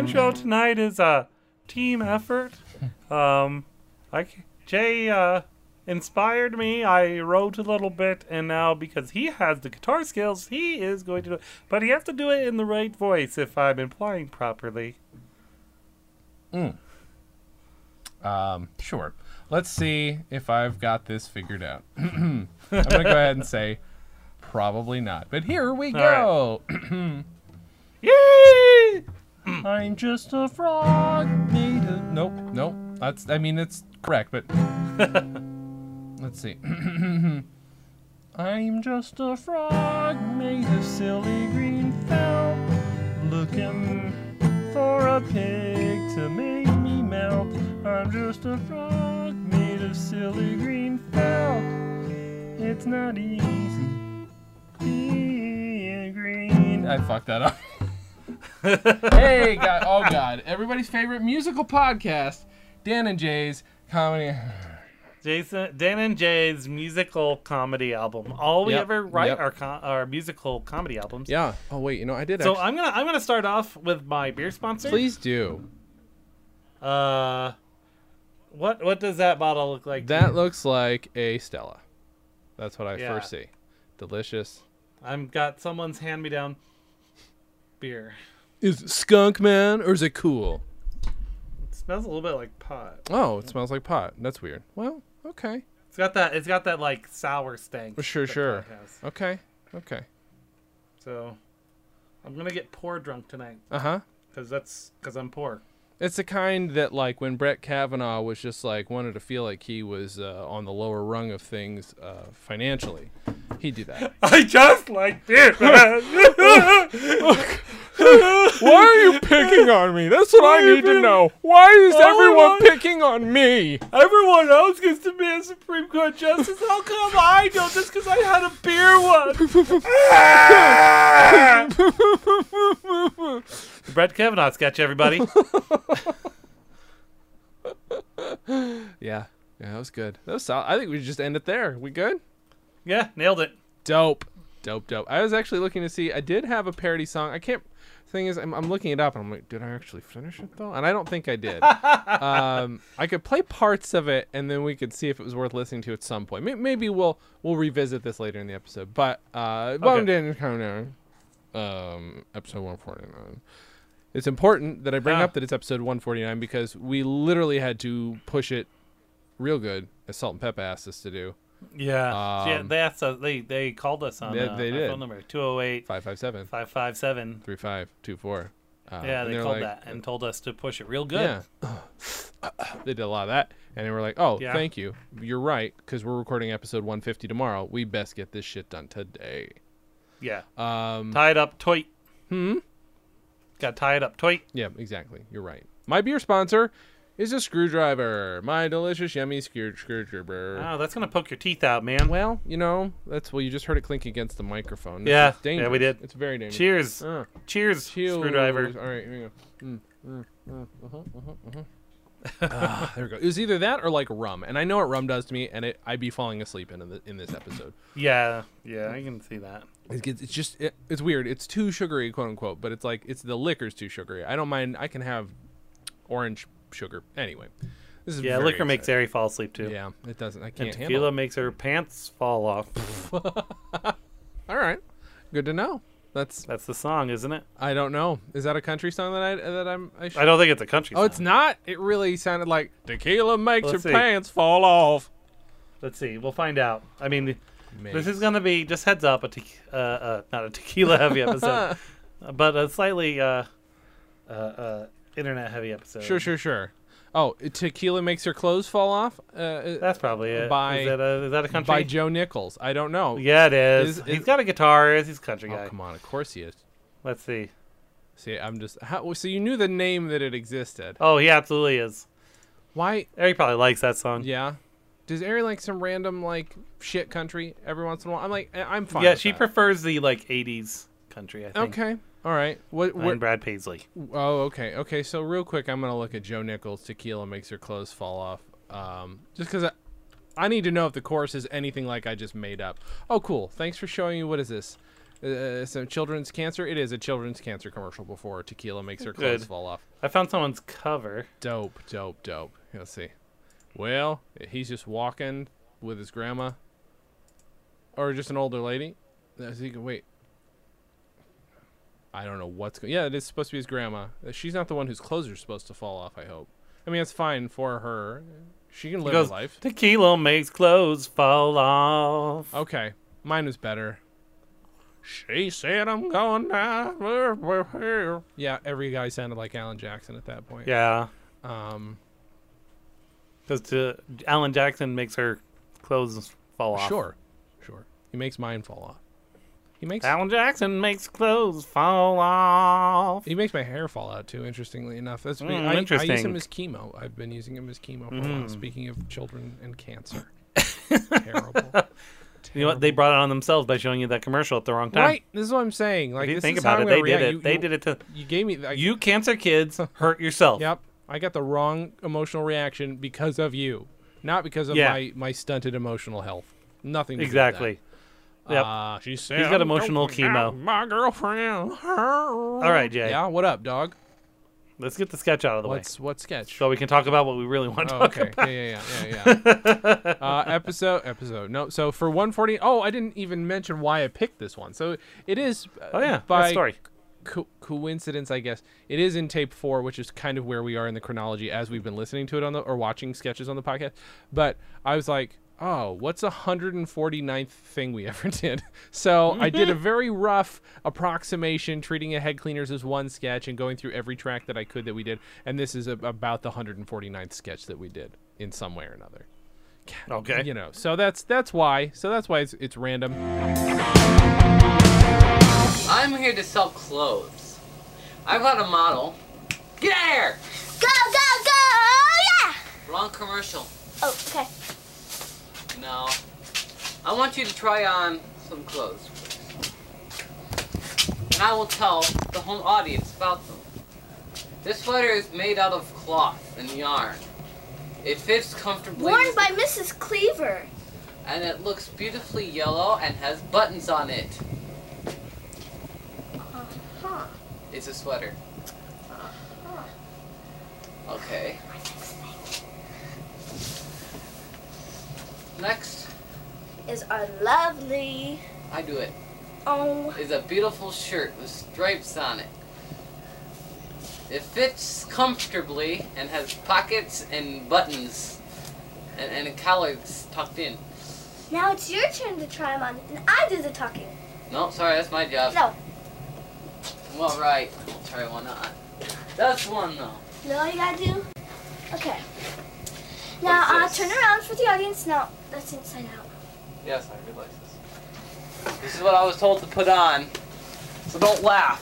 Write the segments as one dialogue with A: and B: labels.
A: tonight is a team effort. Um, I c- Jay uh, inspired me. I wrote a little bit, and now because he has the guitar skills, he is going to do it. But he has to do it in the right voice, if I'm implying properly.
B: Um, sure. Let's see if I've got this figured out. I'm going to go ahead and say probably not. But here we go.
A: Yay!
B: I'm just a frog made of. Nope, nope. That's. I mean, it's correct, but let's see. I'm just a frog made of silly green felt, looking for a pig to make me melt. I'm just a frog made of silly green felt. It's not easy being green. I fucked that up hey, God, oh God, everybody's favorite musical podcast, Dan and Jay's comedy.
A: Jason, Dan and Jay's musical comedy album. All we
B: Yep,
A: ever write
B: yep.
A: are com- our musical comedy albums.
B: Yeah. Oh wait, you know I did.
A: So
B: actually,
A: I'm gonna I'm gonna start off with my beer sponsor.
B: please do.
A: Uh, what what does that bottle look like? to
B: That
A: you?
B: looks like a Stella. That's what I
A: Yeah.
B: first see. Delicious.
A: I've got someone's hand me down beer.
B: Is it skunk man or is it cool?
A: It smells a little bit like pot.
B: Oh, it smells like pot. That's weird. Well, okay,
A: It's got that it's got that like sour stank.
B: sure,
A: that
B: sure,
A: pot has.
B: okay, okay.
A: So I'm gonna get poor drunk tonight
B: Uh huh.
A: because that's because I'm poor.
B: It's the kind that, like, when Brett Kavanaugh was just like wanted to feel like he was uh, on the lower rung of things uh, financially, he'd do that.
A: I just like beer.
B: Why are you picking on me? That's what I need to know. Why is everyone
A: everyone
B: picking on me?
A: Everyone else gets to be a Supreme Court justice. How come I don't? Just because I had a beer one.
B: Ah!
A: Brett Kavanaugh sketch, everybody.
B: Yeah, yeah, that was good. That was solid. I think we should just end it there. We good?
A: yeah, nailed it.
B: Dope, dope, dope. I was actually looking to see. I did have a parody song. I can't. Thing is, I'm, I'm looking it up, and I'm like, did I actually finish it though? And I don't think I did. um, I could play parts of it, and then we could see if it was worth listening to at some point. May- Maybe we'll we'll revisit this later in the episode. But uh, welcome to Indian Countdown, um, episode 149. It's important that I bring
A: Huh.
B: up that it's episode 149 because we literally had to push it real good, as Salt and Pep asked us to do.
A: Yeah. yeah
B: Um,
A: they asked us. They they called us on
B: They-
A: uh,
B: they
A: my
B: did.
A: phone number 208
B: 557
A: 557.
B: 3524. Uh,
A: Yeah,
B: and
A: they
B: they're
A: called
B: like- uh,
A: that and told us to push it real good.
B: Yeah. they did a lot of that. And they were like, oh,
A: Yeah.
B: thank you. You're right, because we're recording episode 150 tomorrow. We best get this shit done today.
A: Yeah. Um, tied up tight. Hmm. Got tied up tight.
B: Yeah, exactly. You're right. My beer sponsor is a screwdriver. My delicious, yummy screw- screwdriver.
A: Oh, that's gonna poke your teeth out, man.
B: Well, you know, that's well, you just heard it clink against the microphone. It's-
A: Yeah.
B: it's dangerous.
A: Yeah, we did.
B: It's very dangerous.
A: Cheers.
B: Uh,
A: Cheers.
B: cheers.
A: Screwdriver.
B: All right, here we go. Mm, mm, mm, uh-huh, uh-huh, uh-huh. Ah, there we go. It was either that or like rum, and I know what rum does to me, and it, I'd be falling asleep in the, in this episode.
A: Yeah. Yeah, I can see that.
B: It gets, it's just it, it's weird. It's too sugary, quote unquote, but it's like it's the liquor's too sugary. I don't mind. I can have orange sugar anyway. This is
A: Yeah,
B: very
A: liquor makes
B: exciting.
A: Ari fall asleep too.
B: Yeah, it doesn't. I
A: And
B: can't
A: tequila
B: handle. It.
A: makes her pants fall off.
B: All right, good to know. That's
A: That's the song, isn't it?
B: I don't know. Is that a country song that I that I'm? I should...
A: I don't think it's a country
B: Oh,
A: song.
B: it's not. It really sounded like tequila makes
A: Let's
B: your
A: see.
B: pants fall off.
A: Let's see. We'll find out. I mean, this
B: Maybe.
A: is gonna be just heads up a te- uh, uh, not a tequila heavy episode, but a slightly uh, uh, uh, internet heavy episode.
B: sure, sure, sure. Oh, tequila makes your clothes fall off. Uh, Uh,
A: That's probably it.
B: By-
A: is, that a, is that a country?
B: by Joe Nichols. I don't know.
A: yeah, it is.
B: Is-
A: He's
B: is-
A: got a guitarist. He's a country
B: Oh,
A: guy.
B: come on. Of course he is.
A: Let's see.
B: See, I'm just how, well, so you knew the name that it existed.
A: Oh, he absolutely is.
B: Why?
A: Ari probably likes that song.
B: Yeah. Does Ari like some random like shit country every once in a while? I'm like, I- I'm fine.
A: yeah,
B: with
A: she
B: that.
A: prefers the like '80s country. I think.
B: Okay. All right. What?
A: And
B: what
A: Brad Paisley.
B: oh, okay. Okay. So real quick, I'm gonna look at Joe Nichols. Tequila makes her clothes fall off. Um, just because I, I need to know if the chorus is anything like I just made up. Oh, cool. Thanks for showing me. What is this? uh, some children's cancer. It is a children's cancer commercial before tequila makes her clothes
A: Good.
B: fall off.
A: I found someone's cover.
B: Dope, dope, dope. Yeah, Let's see. Well, he's just walking with his grandma, or just an older lady. Let's see, wait. I don't know what's going. Yeah, it is supposed to be his grandma. She's not the one whose clothes are supposed to fall off. I hope. I mean, it's fine for her. She can live
A: Because
B: her life.
A: tequila makes clothes fall off.
B: Okay, mine was better. She said I'm going down. Yeah, every guy sounded like Alan Jackson at that point.
A: Yeah,
B: Um.
A: because to Alan Jackson makes her clothes fall off.
B: Sure, sure. He makes mine fall off. He makes
A: Alan Jackson makes clothes fall off.
B: he makes my hair fall out too. Interestingly enough, that's
A: Mm,
B: I, I use him
A: interesting. Mm.
B: as chemo. I've been using him as chemo for a while. Speaking of children and cancer, terrible.
A: You know what? They brought it on themselves by showing you that commercial at the wrong time.
B: right. This is what I'm saying. Like
A: If you
B: this
A: think
B: is how
A: about
B: I'm
A: it,
B: gonna
A: they
B: react.
A: did it.
B: You,
A: they
B: you,
A: did it to
B: You gave me. I,
A: you, cancer kids. Hurt yourself.
B: Yep. I got the wrong emotional reaction because of you, not because of
A: Yeah.
B: my my stunted emotional health. Nothing. to do with that.
A: Exactly. Yep.
B: Uh, she said
A: got
B: "I'm
A: emotional
B: going out
A: chemo.
B: with My girlfriend.
A: All right, Jay.
B: Yeah. What up, dog?
A: Let's get the sketch out of the way
B: What's what sketch?
A: so we can talk about what we really want to
B: Oh,
A: talk
B: okay.
A: about.
B: Yeah, yeah, yeah, yeah. yeah. uh, episode, episode. No, so for 140. Oh, I didn't even mention why I picked this one. So it is. uh,
A: Oh yeah,
B: By
A: that story.
B: co- coincidence, I guess. It is in tape four, which is kind of where we are in the chronology as we've been listening to it on the or watching sketches on the podcast. But I was like, oh, what's a 149th thing we ever did? So I did a very rough approximation, treating a head cleaners as one sketch and going through every track that I could that we did. And this is a- about the 149th sketch that we did in some way or another.
A: Okay.
B: You know, so that's that's why. So that's why it's, it's random.
C: I'm here to sell clothes. I've got a model. Get out of here!
D: Go, go, go! oh, Yeah!
C: Wrong commercial.
D: Oh, okay.
C: No. I want you to try on some clothes, please. And I will tell the home audience about them. This sweater is made out of cloth and yarn. It fits comfortably
D: Worn by Mrs. Cleaver.
C: and it looks beautifully yellow and has buttons on it.
D: Huh.
C: It's a sweater. Okay. Next,
D: Is our lovely.
C: I do it.
D: Oh,
C: Is a beautiful shirt with stripes on it. It fits comfortably and has pockets and buttons and, and a collar that's tucked in.
D: now it's your turn to try them on, and I do the talking.
C: No, sorry, that's my job.
D: No,
C: Well, right. I'll try one on. That's one though.
D: no, you gotta do. Okay. Now uh,
C: What's this?
D: turn around for the audience. No, that's inside out.
C: Yes, I realize this. This is what I was told to put on. So don't laugh.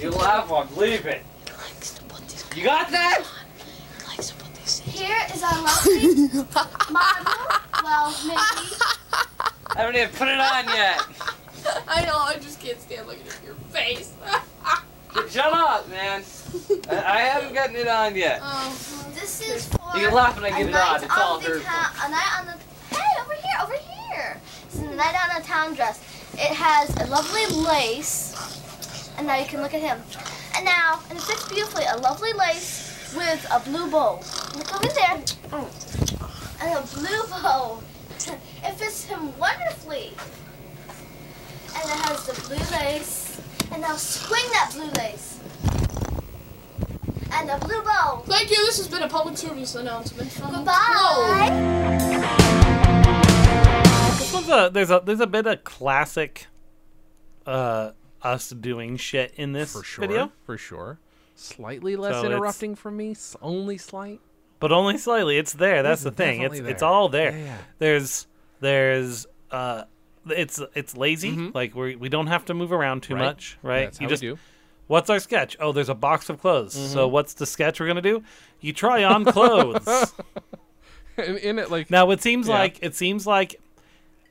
C: You laugh on, leave it. You got that?
D: Here is our lovely model. Well, maybe.
C: I haven't even put it on yet.
E: I know, I just can't stand looking at your face.
C: Shut up, man. I, I haven't gotten it on yet.
E: oh,
D: This is for.
C: You can laugh when I
D: a
C: get it
D: night
C: on. It's all
D: on the
C: very
D: town- a night on the. Hey, over here, over here. It's a night on a town dress. It has a lovely lace, and now you can look at him. And now, and it fits beautifully. A lovely lace with a blue bow. Look over there. And a blue bow. It fits him wonderfully. And it has the blue lace. And now swing that blue lace. And the blue bow.
E: Thank you, this has been a public service announcement from
D: Goodbye.
A: This one's a there's a there's a bit of classic, uh, us doing shit in this
B: for sure
A: video,
B: for sure slightly less
A: So it's-
B: interrupting from me s- only slight
A: but only slightly. It's there. That's
B: It's
A: the thing. It's
B: definitely
A: it's
B: there.
A: all there.
B: Yeah, yeah.
A: There's there's uh. It's it's lazy. Like we we don't have to move around too
B: Mm-hmm. Right.
A: much, right?
B: that's
A: you
B: how
A: just
B: we do Mm-hmm.
A: What's our sketch? Oh, there's a box of clothes. So what's the sketch we're gonna do? You try on clothes.
B: and in it like
A: now it seems
B: Yeah.
A: like it seems like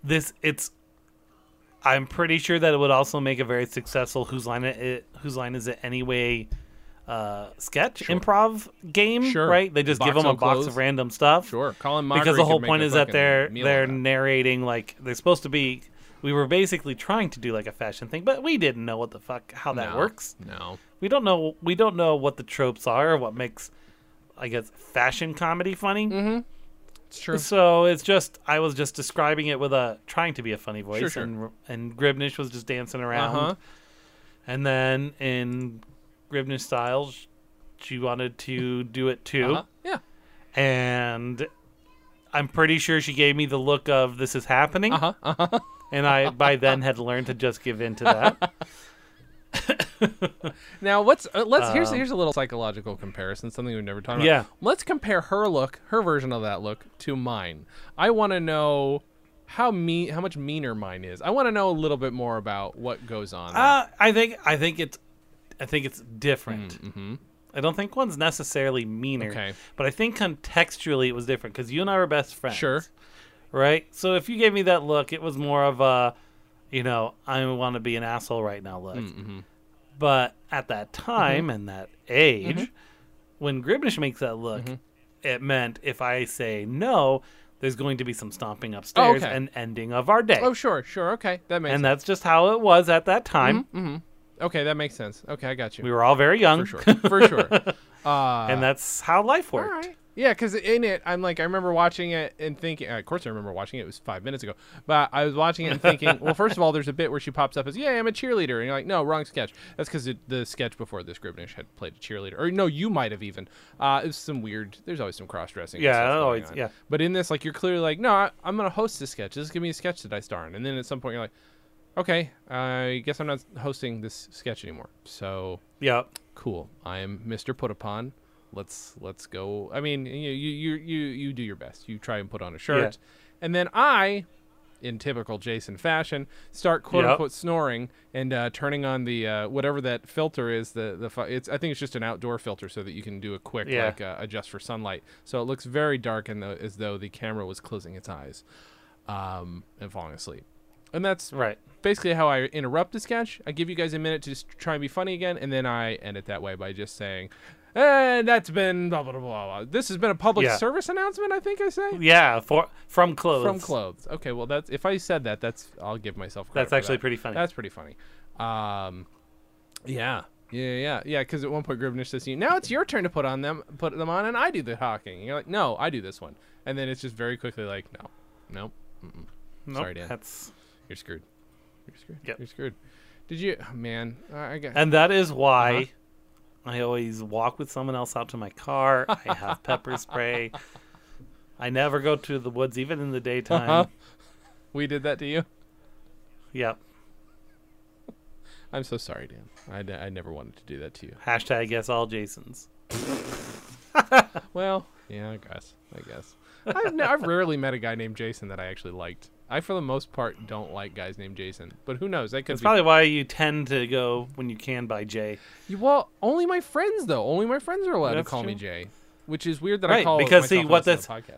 A: this. It's. I'm pretty sure that it would also make a very successful whose line it, it whose line is it anyway. Uh, sketch improv game,
B: Sure.
A: right? They just give
B: Box
A: them a
B: of
A: box
B: clothes.
A: of random stuff
B: sure colin Mockery
A: because the
B: could
A: whole
B: make
A: point
B: a
A: is that
B: fucking
A: they're
B: meal
A: they're
B: out of that.
A: narrating like they're supposed to be we were basically trying to do like a fashion thing, but we didn't know what the fuck how that
B: No,
A: works.
B: No.
A: We don't know we don't know what the tropes are or what makes I guess fashion comedy funny.
B: Mm-hmm. It's true.
A: So it's just I was just describing it with a trying to be a funny voice,
B: sure.
A: and and Gribnish was just dancing around,
B: Uh-huh.
A: and then in Gribnish style, sh- she wanted to do it too,
B: Uh-huh. Yeah.
A: and I'm pretty sure she gave me the look of this is happening,
B: Uh-huh. Uh-huh.
A: and I by then had learned to just give in to that.
B: Now let's uh, let's here's
A: Um,
B: here's a little psychological comparison, something we've never talked about.
A: Yeah.
B: Let's compare her look, her version of that look, to mine. I want to know how mean, how much meaner mine is. I want to know a little bit more about what goes on. there.
A: uh, I think I think it's I think it's different.
B: Mhm.
A: I don't think one's necessarily meaner,
B: Okay.
A: but I think contextually it was different because you and I were best friends.
B: Sure.
A: right? So if you gave me that look, it was more of a, you know, I want to be an asshole right now look.
B: Mm, mm-hmm.
A: But at that time and that age,
B: Mm-hmm.
A: when Gribnish makes that look, it meant if I say no, there's going to be some stomping upstairs
B: okay.
A: and ending of our day.
B: Oh sure, sure. Okay, that makes Mm-hmm,
A: and that's just how it was at that time.
B: okay, that makes sense. Okay, I got you.
A: We were all very young,
B: for sure, for sure. Uh,
A: and that's how life worked.
B: All right. Yeah, because in it, I'm like, I remember watching it and thinking. Of course, I remember watching it. It was five minutes ago, but I was watching it and thinking. well, first of all, there's a bit where she pops up as, "Yeah, I'm a cheerleader," and you're like, "No, wrong sketch." That's because the sketch before this, Gribnish had played a cheerleader, or no, you might have even. Uh, it was some weird. There's always some cross dressing.
A: Yeah, always- yeah.
B: But in this, like, you're clearly like, "No, I, I'm gonna host this sketch. This is gonna be a sketch that I star in," and then at some point, you're like, "Okay, I guess I'm not hosting this sketch anymore." So
A: Yep.
B: cool i'm mr put upon let's let's go i mean you you you you, you do your best you try and put on a shirt and then i in typical jason fashion start quote
A: Yep.
B: unquote snoring and uh, turning on the uh, whatever that filter is the the fu- it's i think it's just an outdoor filter so that you can do a quick
A: Yeah.
B: like uh, adjust for sunlight so it looks very dark and tho- as though the camera was closing its eyes um and falling asleep and that's
A: Right.
B: basically how I interrupt the sketch. I give you guys a minute to just try and be funny again, and then I end it that way by just saying, "And that's been blah blah blah blah." blah. This has been a public
A: Yeah.
B: service announcement. I think I say
A: Yeah. For from clothes.
B: from clothes. Okay, well that's if I said that, that's I'll give myself. Credit
A: That's
B: for
A: actually
B: that.
A: pretty funny.
B: That's pretty funny. Um, yeah. Yeah, yeah, yeah. Because at one point Gribnish says to you, "Now it's your turn to put on them, put them on, and I do the talking." And you're like, "No, I do this one," and then it's just very quickly like, "No, no,
A: Nope,
B: sorry, Dan.
A: That's
B: you're screwed. You're screwed.
A: Yep.
B: You're screwed. Did you, oh, man? I I got.
A: And that is why
B: Uh-huh.
A: I always walk with someone else out to my car. I have pepper spray. I never go to the woods, even in the daytime.
B: Uh-huh. We did that to you.
A: Yep.
B: I'm so sorry, Dan. I, d- I never wanted to do that to you.
A: Hashtag guess all Jasons.
B: Well, yeah, I guess. I guess. I've, n- I've rarely met a guy named Jason that I actually liked. I, for the most part, don't like guys named Jason. But who knows? That could
A: That's
B: be.
A: probably why you tend to go when you can by Jay.
B: You- well, only my friends though. Only my friends are allowed to
A: That's
B: call me
A: true.
B: Jay, which is weird that I
A: Right,
B: call
A: because, see,
B: myself on
A: what
B: this other podcast.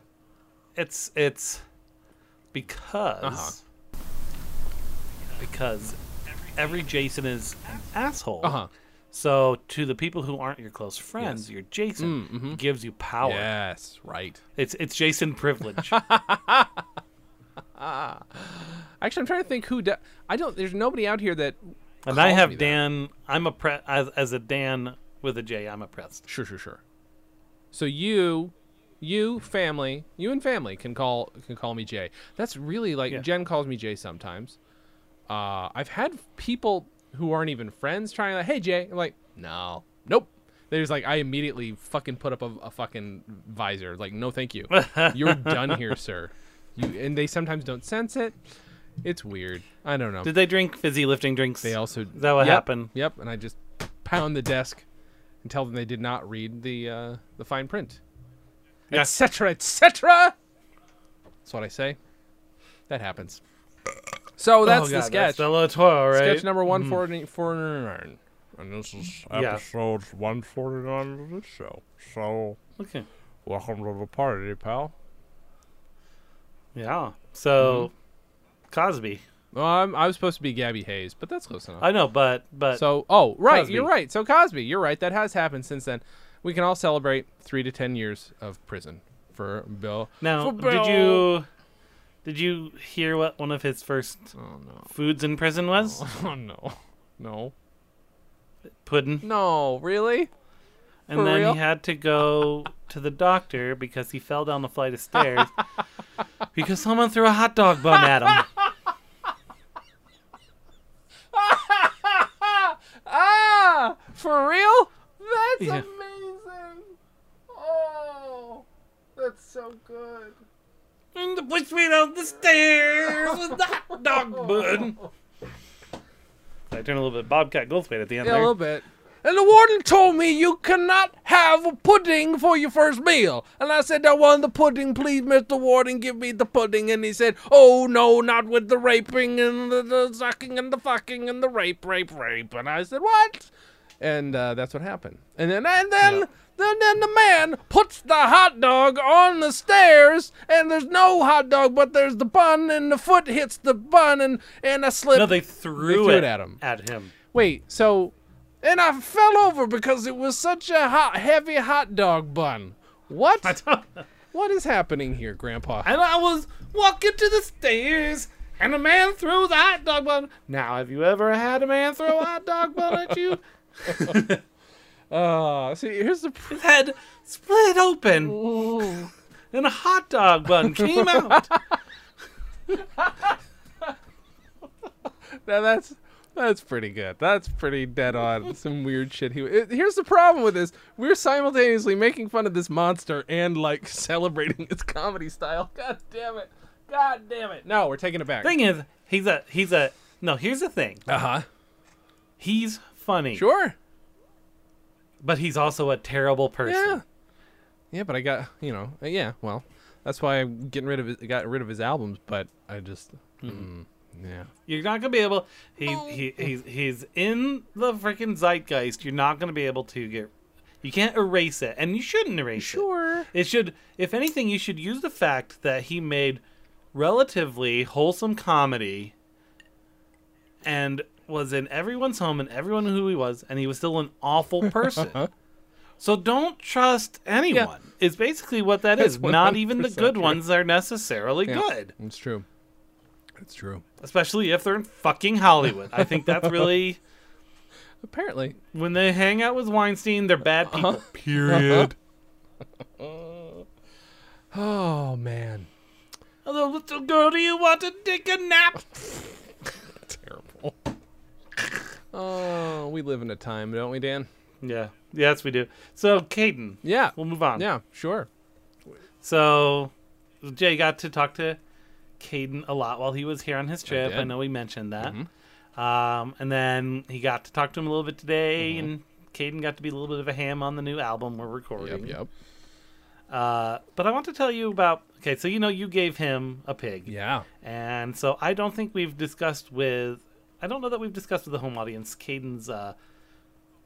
A: It's it's because
B: Uh-huh.
A: because every Jason is an asshole.
B: Uh huh.
A: So to the people who aren't your close friends, your Jason
B: Mm, mhm.
A: gives you power.
B: Yes, right.
A: It's it's Jason privilege.
B: Actually, I'm trying to think who. Da- I don't. There's nobody out here that.
A: And I
B: called
A: have
B: me that.
A: Dan. I'm a pre- as, as a Dan with a J. I'm oppressed.
B: Sure, sure, sure. So you, you family, you and family can call can call me Jay. That's really like
A: Yeah.
B: Jen calls me Jay sometimes. Uh, I've had people who aren't even friends trying like, hey Jay, I'm like, no, nope. They're just like, I immediately fucking put up a, a fucking visor. Like, no, thank you. You're done here, sir. You and they sometimes don't sense it. It's weird. I don't know.
A: Did they drink fizzy lifting drinks?
B: They also
A: Is that what
B: Yep, Oh,
A: happened?
B: Yep, and I just pound the desk and tell them they did not read the uh, the fine print,
A: Yeah.
B: etc., etc. That's what I say. That happens. So
A: Oh,
B: that's
A: God,
B: the sketch.
A: That's the Latour, right? Mm-hmm.
B: Sketch number one forty-nine, and this is
A: Yeah.
B: episode one forty-nine of this show. So
A: Okay.
B: welcome to the party, pal.
A: Yeah. So,
B: Mm-hmm.
A: Cosby.
B: Well, I'm, I was supposed to be Gabby Hayes, but that's close enough.
A: I know, but but
B: So, oh, right,
A: Cosby.
B: you're right. So Cosby, you're right. That has happened since then. We can all celebrate three to ten years of prison for Bill.
A: now
B: for Bill.
A: did you Did you hear what one of his first
B: Oh no.
A: foods in prison was?
B: Oh no. No.
A: Pudding.
B: No, really?
A: And
B: for
A: then
B: real?
A: he had to go to the doctor because he fell down the flight of stairs because someone threw a hot dog bun at him.
B: ah! For real? That's
A: Yeah.
B: amazing. Oh, that's so good.
A: And to push me down the stairs with the hot dog bun. I turned a little bit Bobcat Goldthwait at the end
B: Yeah, a
A: there.
B: little bit. And the warden told me you cannot have a pudding for your first meal. And I said, I want the pudding, please, Mr. Warden, give me the pudding. And he said, Oh, no, not with the raping and the, the sucking and the fucking and the rape, rape, rape. And I said, What? And uh, that's what happened. And then, and then,
A: Yeah.
B: then, then the man puts the hot dog on the stairs, and there's no hot dog, but there's the bun, and the foot hits the bun, and and I slip.
A: No, they threw,
B: threw it at him.
A: At him.
B: Wait, so and I fell over because it was such a hot, heavy hot dog bun. What?
A: I don't know.
B: what is happening here, Grandpa?
A: And I was walking to the stairs, and a man threw the hot dog bun. Now, have you ever had a man throw a hot dog bun at you?
B: Uh, see, here's the. Pr-
A: His head split open, and a hot dog bun came out.
B: now that's that's pretty good. That's pretty dead on. Some weird shit. He. it- here's the problem with this. We're simultaneously making fun of this monster and like celebrating its comedy style. God damn it. God damn it. No, we're taking it back.
A: thing is, he's a he's a no. Here's the thing.
B: uh huh.
A: He's funny,
B: Sure.
A: but he's also a terrible person.
B: Yeah. Yeah, but I got you know uh, yeah. Well, that's why I'm getting rid of his, got rid of his albums. But I just mm, yeah.
A: You're not gonna be able. He,
B: Oh.
A: he he's he's in the freaking zeitgeist. You're not gonna be able to get. You can't erase it, and you shouldn't erase it.
B: Sure.
A: It should, if anything, you should use the fact that he made relatively wholesome comedy, and was in everyone's home and everyone knew who he was, and he was still an awful person. so don't trust anyone. Is basically what that
B: That's
A: is. Not even the
B: 100%
A: good
B: true.
A: ones are necessarily
B: Yeah.
A: good
B: It's true. It's true.
A: especially if they're in fucking Hollywood. I think that's really
B: Apparently.
A: when they hang out with Weinstein, they're
B: Uh-huh.
A: bad people. Period.
B: Oh man.
A: Hello, little girl, do you want to take a nap?
B: Terrible. Oh, we live in a time, don't we, Dan?
A: Yeah, yes, we do. So, Caden,
B: Yeah.
A: we'll move on.
B: yeah. Sure.
A: So, Jay got to talk to Caden a lot while he was here on his trip. I,
B: did. Mm-hmm.
A: know we mentioned that. Um, and then he got to talk to him a little bit today,
B: Mm-hmm.
A: and Caden got to be a little bit of a ham on the new album we're recording.
B: Yep. Yep.
A: Uh, but I want to tell you about. Okay, so you know you gave him a pig.
B: Yeah.
A: And so I don't think we've discussed with, I don't know that we've discussed with the home audience Caden's uh,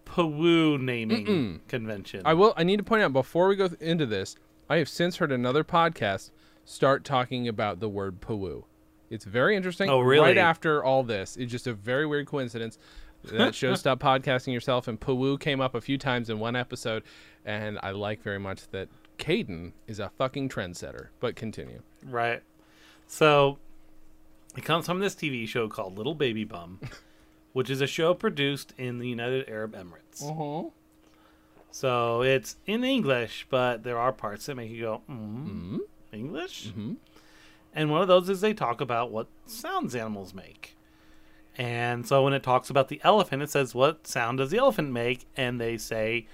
A: Pawoo naming convention.
B: I will. I need to point out before we go th- into this, I have since heard another podcast start talking about the word poo. It's very interesting.
A: Oh, really?
B: Right after all this, it's just a very weird coincidence that show stop podcasting yourself and poo came up a few times in one episode, and I like very much that Caden is a fucking trendsetter. But continue.
A: right. So it comes from this TV show called Little Baby Bum, which is a show produced in the United Arab Emirates.
B: Uh-huh.
A: So it's in English, but there are parts that make you go, mm,
B: Mm-hmm.
A: English? And one of those is they talk about what sounds animals make. And so when it talks about the elephant, it says, What sound does the elephant make? And they say,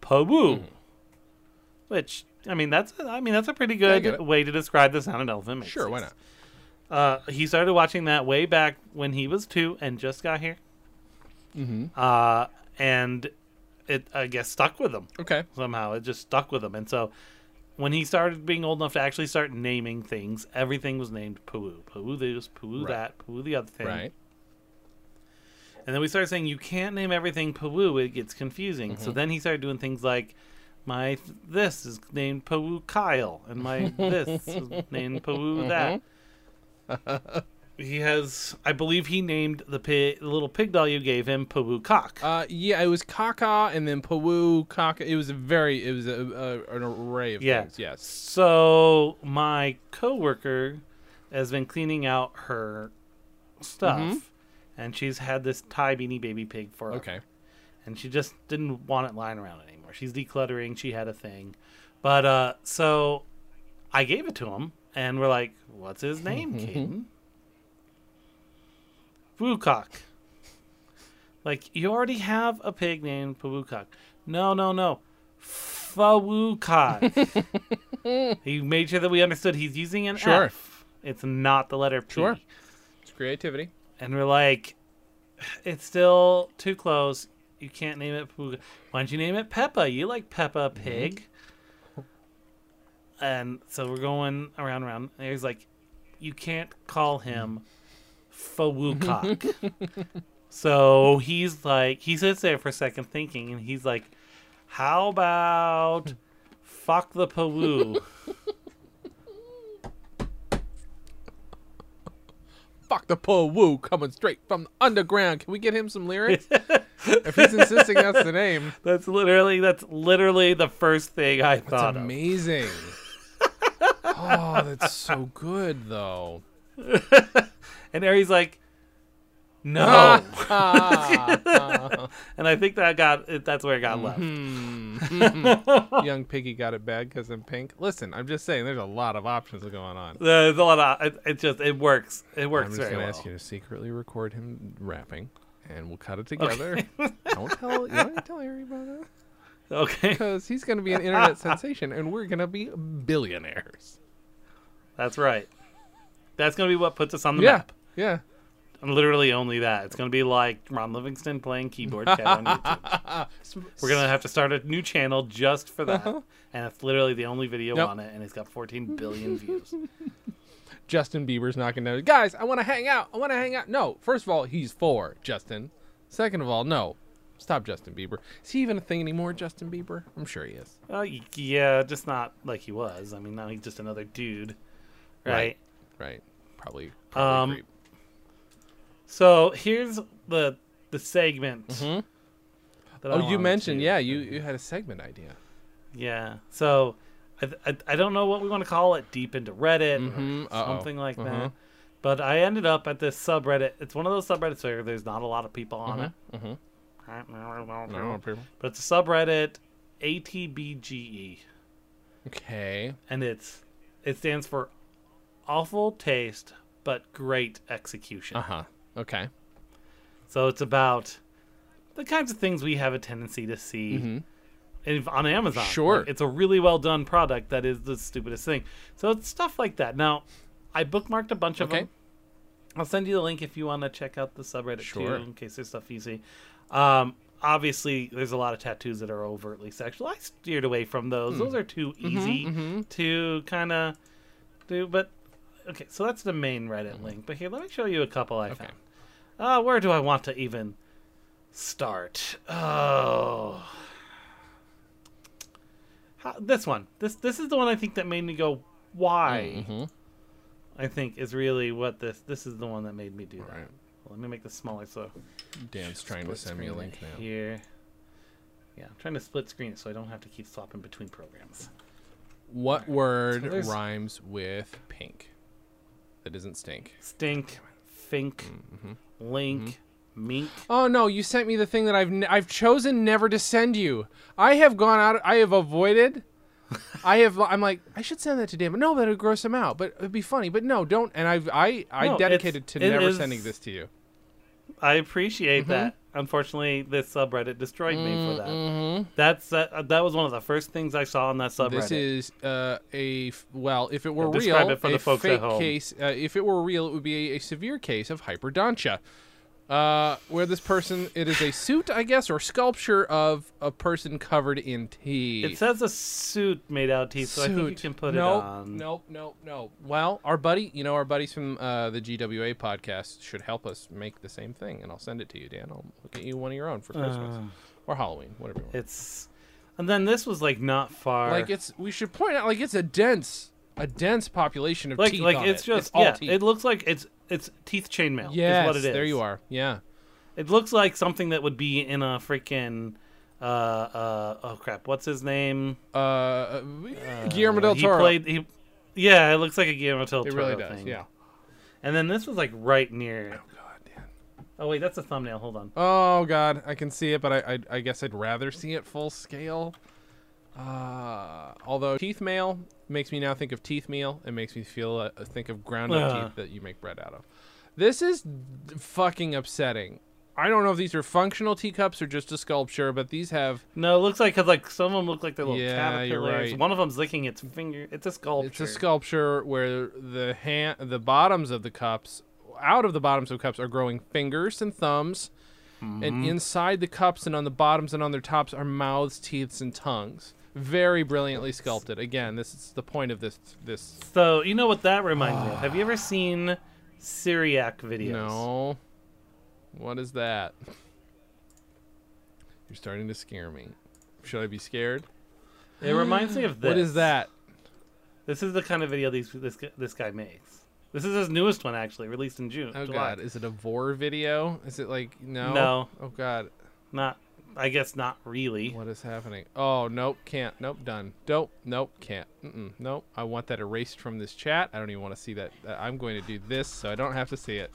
A: Pawoo.
B: Mm-hmm.
A: Which. I mean that's I mean that's a pretty
B: I
A: good
B: get it.
A: way to describe the sound an elephant makes.
B: Sure. Why not?
A: Uh, he started watching that way back when he was two and just got here. Mm-hmm. Uh, and it I guess stuck with him
B: Okay.
A: somehow. It just stuck with him. And so when he started being old enough to actually start naming things, everything was named Poo. Poo this, Poo
B: Right.
A: that, Poo the other thing.
B: Right.
A: And then we started saying you can't name everything Poo. It gets confusing. So then he started doing things like my th- this is named Poo Kyle, and my this is named Poo that. He has, I believe, he named the, pig, the little pig doll you gave him Poo Cock.
B: Uh, yeah, it was caca and then poo caca. It was a very, it was a, a, an array of
A: Yeah.
B: things. Yes.
A: So my coworker has been cleaning out her stuff, and she's had this Thai beanie baby pig for
B: Okay.
A: and she just didn't want it lying around anymore. She's decluttering. She had a thing, but uh, so I gave it to him, and we're like, "What's his name, Caden?" Wookok. Like you already have a pig named Pawukok. No, no, no, Fawukok. he made sure that we understood he's using an
B: Sure.
A: F. It's not the letter P
B: Sure. It's creativity.
A: and we're like, it's still too close. You can't name it Puga. Why don't you name it Peppa? You like Peppa Pig. And so we're going around, around. And he's like, you can't call him Fawukok. so he's like, he sits there for a second thinking, and he's like, how about fuck the Pawoo?
B: Fuck the poor woo coming straight from the underground. Can we get him some lyrics? if he's insisting that's the name,
A: that's literally that's literally the first thing I
B: it's
A: thought of.
B: amazing. oh, that's so good though.
A: And Aries like, no.
B: Ah.
A: and I think that got it- that's where it got left.
B: Young Piggy got it bad because I'm pink. Listen, I'm just saying, there's a lot of options going on.
A: There's a lot of it, it just it works. It
B: I'm
A: works
B: just
A: very
B: gonna
A: well.
B: ask you to secretly record him rapping, and we'll cut it together. don't tell, you don't tell Harry about it,
A: Okay,
B: because he's gonna be an internet sensation, and we're gonna be billionaires.
A: that's right. That's gonna be what puts us on the
B: Yeah,
A: map.
B: yeah.
A: And literally only that. It's gonna be like Ron Livingston playing keyboard cat on YouTube. We're gonna have to start a new channel just for that, and it's literally the only video
B: Yep.
A: on it, and it's got 14 billion views.
B: Justin Bieber's knocking down. Guys, I want to hang out. I want to hang out. No, first of all, he's four, Justin. Second of all, no. Stop, Justin Bieber. Is he even a thing anymore, Justin Bieber? I'm sure he is.
A: Uh, y- yeah, just not like he was. I mean, now he's just another dude, right.
B: Right. Right. Probably. probably
A: Um,
B: agree.
A: So here's the the segment. that I
B: Mm-hmm. Oh, you
A: wanted
B: mentioned,
A: to-
B: yeah, you, you had a segment idea.
A: yeah. So I, I, I don't know what we want to call it, deep into Reddit
B: Mhm,
A: or
B: uh-oh.
A: something like
B: Uh-huh.
A: that. But I ended up at this subreddit. It's one of those subreddits where there's not a lot of people on it.
B: Mhm.
A: Mm-hmm. But it's a subreddit, ATBGE,
B: Okay.
A: E, and it's it stands for awful taste but great execution.
B: Uh huh. Okay.
A: So it's about the kinds of things we have a tendency to see in- on Amazon.
B: Mm-hmm. Sure.
A: Like, it's a really well done product that is the stupidest thing. So it's stuff like that. Now, I bookmarked a bunch of
B: Okay.
A: them. I'll send you the link if you want to check out the subreddit
B: Sure.
A: too, in case there's stuff you see. Um, obviously, there's a lot of tattoos that are overtly sexual. I steered away from those.
B: Hmm.
A: Those are too
B: Mm-hmm,
A: easy to kind of do. But okay, so that's the main Reddit
B: Mm-hmm.
A: link. But here, let me show you a couple I found. Uh, where do I want to even start? Oh. How, this one. This this is the one I think that made me go, why? I think is really what this this is the one that made me do that.
B: Right.
A: Let me make this smaller so
B: Dan's trying to send me a
A: screen
B: link now.
A: here. Yeah, I'm trying to split screen it so I don't have to keep swapping between programs.
B: What word
A: So there's-
B: rhymes with pink? That doesn't stink.
A: Stink, fink, link, mink.
B: Oh no, you sent me the thing that I've n- I've chosen never to send you. I have gone out. I have avoided. I have. I'm like I should send that to Dan, but no, that would gross him out. But it'd be funny. But no, don't. And I've I I
A: No, it's-
B: dedicated to
A: it
B: never
A: is-
B: sending this to you.
A: I appreciate that. Unfortunately, this subreddit destroyed me for that. That's uh, that was one of the first things I saw on that subreddit.
B: This is uh, a f- well. If it were
A: Describe
B: real,
A: it for
B: a
A: the folks at
B: fake
A: home.
B: case. Uh, if it were real, it would be a, a severe case of hyperdontia, uh, where this person it is a suit, I guess, or sculpture of a person covered in tea.
A: it says a suit made out of teeth, so I think you
B: Suit.
A: can put
B: nope,
A: it on.
B: Nope, nope, nope. Well, our buddy, you know, our buddies from uh, the GWA podcast should help us make the same thing, and I'll send it to you, Dan. I'll get you one of your own for
A: Uh.
B: Christmas or Halloween, whatever. You want.
A: It's and then this was like not far.
B: like it's, we should point out, like it's a dense, a dense population of
A: like
B: teeth.
A: like
B: on
A: it's
B: it.
A: just
B: all
A: yeah.
B: teeth.
A: It looks like it's it's teeth chainmail.
B: yes,
A: is what it is.
B: there you are. Yeah,
A: It looks like something that would be in a freaking. Uh, uh, oh crap! What's his name?
B: uh, uh, Guillermo del
A: he
B: Toro.
A: played. He, yeah, it looks like a Guillermo del
B: it
A: Toro
B: really does.
A: thing.
B: Yeah,
A: And then this was like right near it.
B: Oh god, Dan.
A: Oh wait, that's a thumbnail. Hold on.
B: Oh god, I can see it, but I I, I guess I'd rather see it full scale. Uh, although teeth mail makes me now think of teeth meal. It makes me feel uh, think of ground up
A: Ugh.
B: teeth that you make bread out of. This is d- fucking upsetting. I don't know if these are functional teacups or just a sculpture, but these have
A: No, it looks like because like some of them look like they're little
B: Yeah, you're
A: caterpillars.
B: right.
A: One of them's licking its finger. It's a sculpture.
B: It's a sculpture where the hand, the bottoms of the cups, out of the bottoms of cups are growing fingers and thumbs, and inside the cups and on the bottoms and on their tops are mouths, teeth, and tongues. Very brilliantly sculpted. Again, this is the point of this. This
A: So you know what that reminds me of? Have you ever seen Syriac videos?
B: no, what is that? You're starting to scare me. Should I be scared?
A: It reminds me of this.
B: What is that?
A: This is the kind of video these this gu- this guy makes. This is his newest one actually, released in June.
B: Oh
A: July.
B: God, is it a vor video? Is it like no?
A: No.
B: Oh God.
A: Not, I guess not really.
B: What is happening? Oh, nope, can't. Nope, done. Nope, nope, can't. Mm-mm, nope. I want that erased from this chat. I don't even want to see that. Uh, I'm going to do this so I don't have to see it.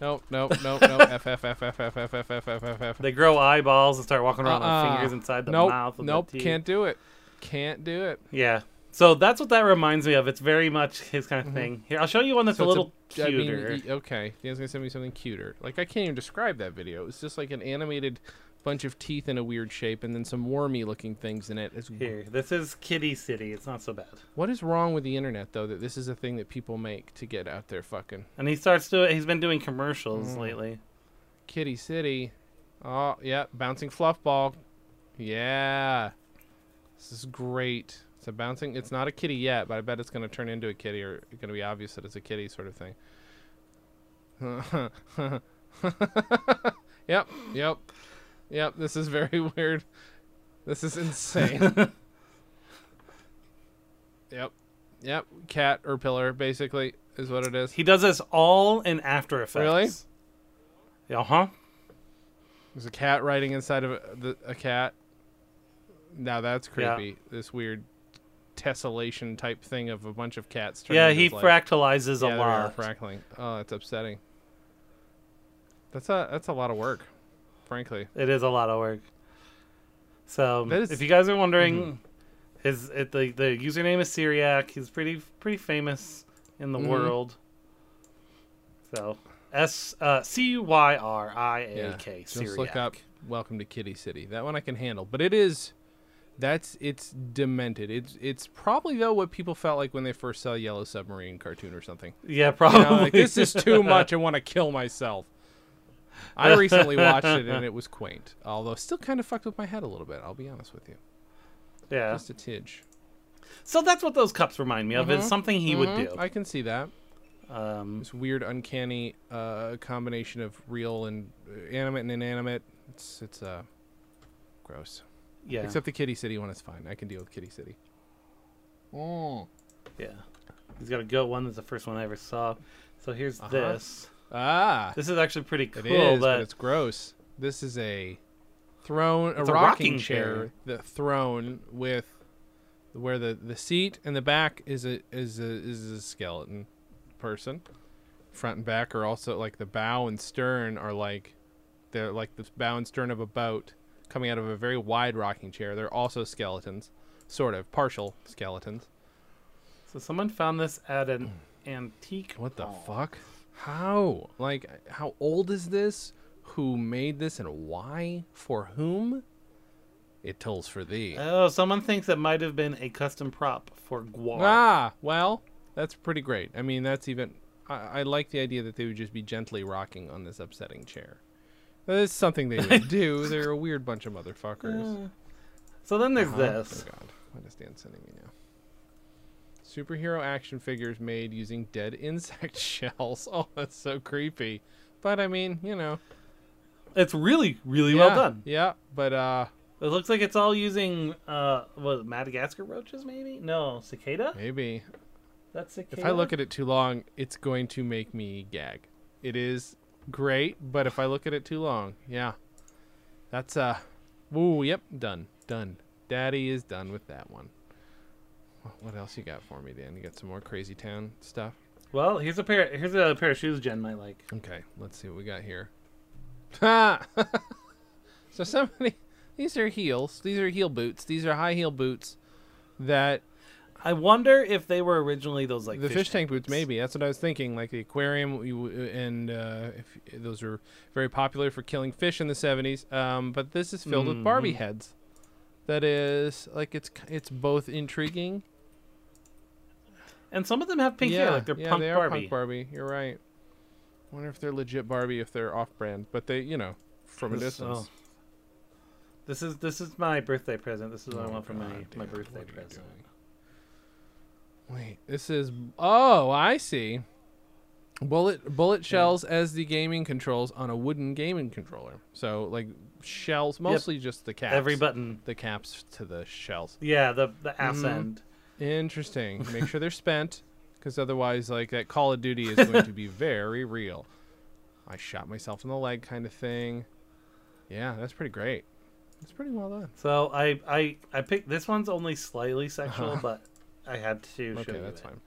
B: Nope, nope, nope, nope. F, F, F, F, F, F, F, F, F, F, F.
A: They grow eyeballs and start walking around on
B: Uh-uh.
A: fingers inside the
B: nope,
A: mouth. with their
B: Nope,
A: teeth.
B: can't do it. Can't do it.
A: Yeah. So that's what that reminds me of. It's very much his kind of thing. Here, I'll show you one that's
B: Mm-hmm. So
A: a little
B: it's I mean,
A: cuter.
B: y- okay, Dan's going to send me something cuter. Like, I can't even describe that video. It's just like an animated bunch of teeth in a weird shape and then some wormy looking things in it. It's
A: Here, this is Kitty City. It's not so bad.
B: What is wrong with the internet though that this is a thing that people make to get out there fucking
A: And he starts to. He's been doing commercials
B: Mm.
A: lately.
B: Kitty City? Oh yeah, bouncing fluff ball. Yeah, this is great. It's a bouncing. It's not a kitty yet, but I bet it's gonna turn into a kitty or it's gonna be obvious that it's a kitty sort of thing. yep, yep, yep. This is very weird. This is insane. yep, yep. Cat or pillar, basically, is what it is.
A: He does this all in After Effects. Really? Uh huh.
B: There's a cat riding inside of a, the, a cat. Now that's
A: Yeah.
B: creepy. This weird tessellation type thing of a bunch of cats. turned
A: Yeah,
B: into,
A: he
B: like-
A: fractalizes
B: yeah,
A: a
B: they are
A: lot.
B: Frackling. Oh, that's upsetting. That's a that's a lot of work, frankly.
A: It is a lot of work. So
B: That is- Mm-hmm.
A: if you guys are wondering, his it, the the username is Syriac. He's pretty pretty famous in the
B: Mhm.
A: world. So S uh, C Y R I
B: Yeah.
A: A K
B: Just
A: Syriac.
B: look up. Welcome to Kitty City. That one I can handle, but it is. That's it's demented. It's it's probably though what people felt like when they first saw Yellow Submarine cartoon or something.
A: Yeah,
B: You
A: probably.
B: know, like, this is too much. I want to kill myself. I recently watched it and it was quaint, although still kind of fucked with my head a little bit. I'll be honest with you,
A: yeah.
B: just a tinge.
A: So that's what those cups remind me of. It's something he would
B: Mhm,
A: do.
B: I can see that.
A: um,
B: This weird, uncanny uh, combination of real and uh, animate and inanimate. It's it's uh, gross.
A: yeah.
B: Except the Kitty City one is fine. I can deal with Kitty City. Oh.
A: yeah. He's got a goat one. That's the first one I ever saw. So here's
B: Uh-huh.
A: this.
B: Ah,
A: This is actually pretty
B: it
A: cool.
B: is, but
A: that-
B: it's gross. This is a throne, a
A: It's
B: rocking,
A: a rocking
B: chair,
A: chair.
B: the throne with where the the seat and the back is a is a is a skeleton person. Front and back are also like the bow and stern are like they're like the bow and stern of a boat coming out of a very wide rocking chair. They're also skeletons, sort of partial skeletons.
A: so someone found this at an antique.
B: Hmm. What the
A: mall.
B: fuck? How? Like, how old is this? Who made this and why? For whom? It tolls for thee.
A: Oh, someone thinks it might have been a custom prop for Guar.
B: ah, well, that's pretty great. I mean, that's even. I, I like the idea that they would just be gently rocking on this upsetting chair. That is something they would do. They're a weird bunch of motherfuckers.
A: So then there's
B: Huh?
A: this.
B: Oh god, what is Dan sending me now? Superhero action figures made using dead insect shells. Oh, that's so creepy. But I mean, you know.
A: It's really, really
B: yeah,
A: well done.
B: Yeah, but uh,
A: It looks like it's all using uh, what Madagascar roaches, maybe? No, cicada.
B: maybe
A: That's cicada.
B: if I look at it too long, it's going to make me gag. It is great, but if I look at it too long, yeah, that's uh, ooh, yep, done, done. Daddy is done with that one. Wh- What else you got for me, Dan? You got some more Crazy Town stuff?
A: Well, here's a pair. Here's a pair of shoes Jen might like.
B: Okay, let's see what we got here. Ha! so somebody, these are heels. These are heel boots. These are high heel boots. That
A: I wonder if they were originally those like
B: the fish, tank boots, maybe. That's what I was thinking. Like the aquarium, you, and uh, if, those were very popular for killing fish in the '70s. Um, but this is filled with Barbie
A: Mm-hmm.
B: heads. That is like it's it's both intriguing.
A: And some of them have pink hair, like they're
B: yeah,
A: punk
B: they are
A: Barbie.
B: punk Barbie. You're right. Wonder if they're legit Barbie, if they're off-brand, but they, you know, from a
A: This-
B: distance.
A: oh. This is this is my birthday present. This is what I
B: Oh,
A: want for my, my
B: God damn it,
A: birthday
B: what are you
A: present.
B: doing? Wait, this is oh, I see. Bullet bullet shells as the gaming controls on a wooden gaming controller. So like shells, mostly just the caps.
A: Every button.
B: the caps to the shells.
A: Yeah, the the ass
B: Mhm.
A: end.
B: Interesting. Make sure they're spent, because otherwise, like that Call of Duty is going to be very real. I shot myself in the leg, kind of thing. Yeah, that's pretty great. That's pretty well done.
A: So I I I picked this one's only slightly sexual,
B: Uh-huh.
A: but I had to show
B: Okay,
A: you
B: that's
A: it.
B: fine.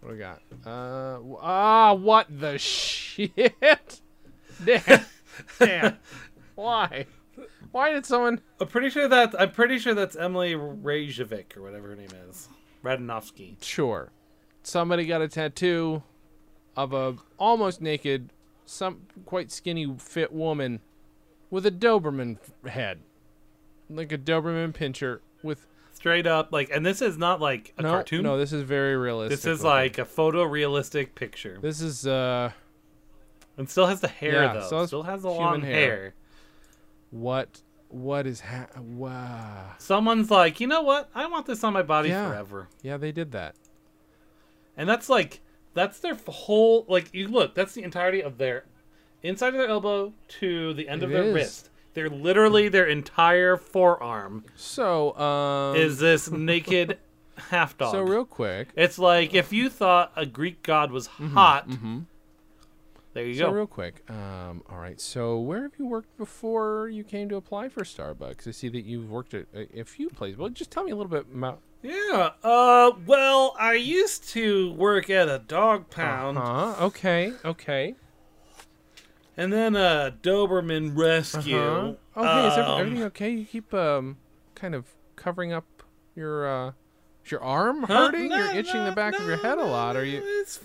B: What do we got? Uh, w- ah, what the shit? Damn, damn. Why? Why did someone?
A: I'm pretty sure that I'm pretty sure that's Emily Rajovic or whatever her name is. Radnofsky.
B: Sure, somebody got a tattoo of a almost naked, some quite skinny, fit woman with a Doberman f- head, like a Doberman pincher with
A: Straight up like and this is not like a
B: no,
A: cartoon.
B: No, this is very realistic.
A: this is
B: looking.
A: like a photorealistic picture.
B: this is uh,
A: And still has the hair
B: Yeah,
A: though.
B: still has
A: still has the
B: human
A: long
B: hair.
A: hair.
B: what what is ha- wow.
A: Someone's like, you know what? I want this on my body
B: Yeah.
A: forever.
B: Yeah, they did that.
A: And that's like that's their f- whole like you look, that's the entirety of their inside of their elbow to the end
B: It
A: of their
B: is.
A: wrist. They're literally their entire forearm
B: So, um,
A: is this naked half dog.
B: so real quick.
A: It's like if you thought a Greek god was hot, there you
B: Mm-hmm, So
A: go.
B: real quick. Um, all right. So where have you worked before you came to apply for Starbucks? I see that you've worked at a, a few places. Well, just tell me a little bit about.
A: yeah. Uh. Well, I used to work at a dog
B: Uh-huh.
A: pound
B: Huh? Okay. Okay.
A: and then a Doberman rescue.
B: Huh? Oh, hey, is every-
A: Um,
B: everything okay? You keep um, kind of covering up your uh, is your arm hurting?
A: Huh?
B: You're
A: No,
B: itching the
A: no,
B: back of your
A: no,
B: head a
A: no,
B: lot.
A: no,
B: Are you? Mm.
A: It's,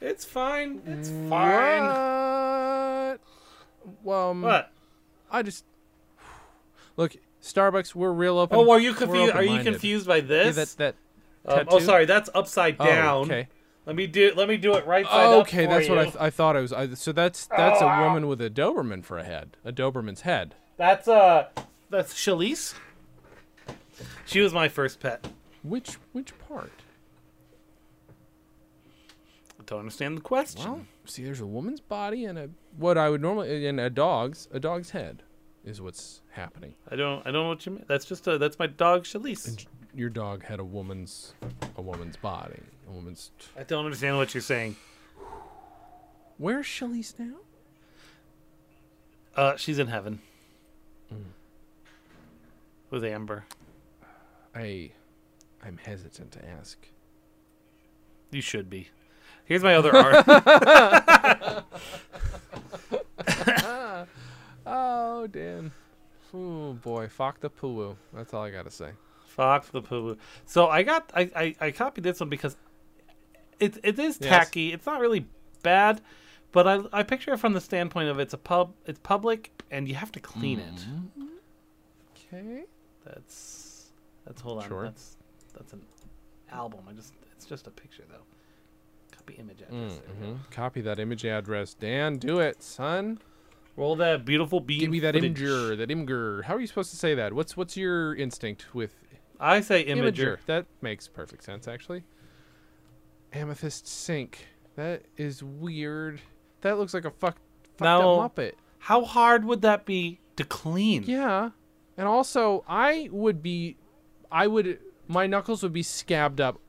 A: it's fine. It's fine.
B: What? Well, um,
A: What?
B: I just look. Starbucks, we're real open.
A: Oh, are you
B: we're
A: confused? Are you
B: open-minded.
A: confused by
B: Yeah,
A: this?
B: that that.
A: Um, oh,
B: tattoo?
A: sorry. That's upside
B: oh,
A: down.
B: okay.
A: Let me do. Let me do it right side
B: Oh,
A: up
B: okay,
A: for
B: that's what I,
A: you. Ah.
B: th- I thought it was. I, so that's that's a woman with a Doberman for a head, a Doberman's head.
A: That's uh, that's Shalise. She was my first pet.
B: Which which part?
A: Don't understand the question.
B: Well, see, there's a woman's body and a what I would normally and a dog's a dog's head is what's happening.
A: I don't. I don't know what you mean. That's just a. That's my dog Shalise.
B: Your dog had a woman's a woman's body, a woman's.
A: I don't understand what you're saying.
B: Where's Shalise now?
A: Uh, she's in heaven.
B: Mm.
A: With Amber,
B: I, I'm hesitant to ask.
A: you should be. Here's my other arm.
B: Oh damn. Oh boy, fuck the poo. That's all I gotta say.
A: Fuck the poo. So I got. I, I. I copied this one because it. It is
B: Yes.
A: tacky. It's not really bad, but I. I picture it from the standpoint of it's a pub. It's public, and you have to clean it.
B: Mm-hmm. Okay.
A: That's that's hold on.
B: Sure.
A: That's that's an album. I just it's just a picture though. Copy image address. There we go.
B: Mhm. Copy that image address, Dan. Do it, son.
A: Roll that beautiful beat.
B: Give me that
A: footage.
B: imager, that imger. How are you supposed to say that? What's what's your instinct with
A: I say imager.
B: imager? That makes perfect sense, actually. Amethyst sink. That is weird. That looks like a fuck, fucked
A: Now-
B: up muppet.
A: How hard would that be to clean?
B: Yeah, and also I would be, I would, my knuckles would be scabbed up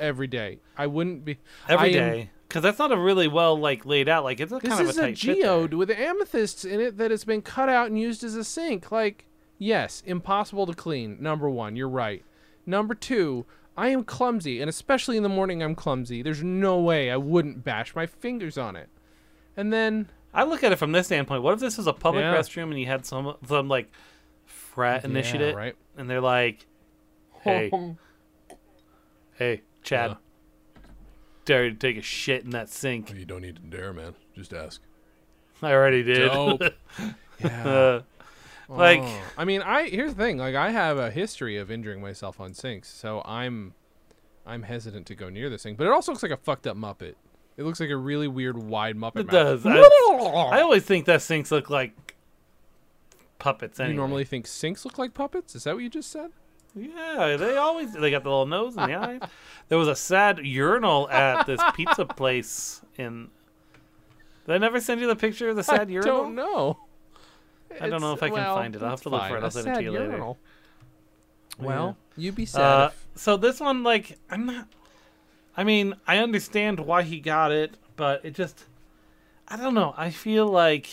B: every day. I wouldn't be
A: every
B: I am-
A: day. Because that's not a really well like laid out. Like it's a
B: This
A: kind
B: is
A: of a,
B: a,
A: tight fit there.
B: geode with amethysts in it that has been cut out and used as a sink. Like, yes, impossible to clean. Number one, you're right. Number two, I am clumsy, and especially in the morning, I'm clumsy. There's no way I wouldn't bash my fingers on it. And then
A: I look at it from this standpoint. What if this was a public
B: Yeah.
A: restroom and you had some some like frat
B: Yeah,
A: initiative,
B: right?
A: And they're like, "Hey, hey, Chad,
F: Yeah.
A: dare you to take a shit in that sink?
F: Well, you don't need to dare, man. Just ask.
A: I already did."
F: Dope.
B: Yeah.
A: Uh, like,
B: Oh. I mean, I here's the thing. Like, I have a history of injuring myself on sinks, so I'm, I'm hesitant to go near this thing. But it also looks like a fucked up Muppet. It looks like a really weird wide Muppet.
A: It
B: mouth.
A: does. I-
B: Oh.
A: I always think that sinks look like puppets.
B: you
A: Anyway.
B: normally think sinks look like puppets? Is that what you just said?
A: yeah, they always they got the little nose and the eyes. There was a sad urinal at this pizza place in. Did I never send you the picture of the sad
B: I
A: urinal?
B: don't know.
A: I don't know if I can find it. I'll have to look for it. I'll send it to you later.
B: Well, you be sad.
A: Uh,
B: if-
A: so this one, like, I'm not. I mean, I understand why he got it, but it just, I don't know. I feel like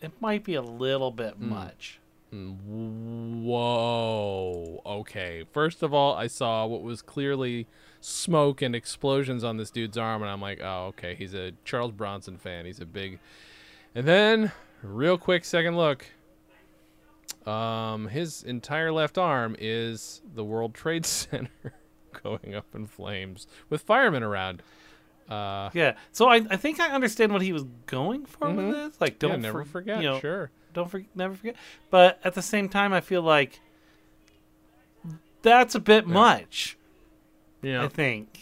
A: it might be a little bit
B: Hmm.
A: much.
B: Whoa. Okay. First of all, I saw what was clearly smoke and explosions on this dude's arm, and I'm like, oh, okay, he's a Charles Bronson fan. He's a big. And then, real quick, second look. Um, his entire left arm is the World Trade Center going up in flames with firemen around. Uh,
A: Yeah. So I, I think I understand what he was going for
B: Mhm.
A: with this. Like,
B: don't
A: don't
B: never
A: for-
B: forget.
A: You know,
B: sure.
A: Don't for- never forget. But at the same time, I feel like that's a bit much.
B: Yeah.
A: I think.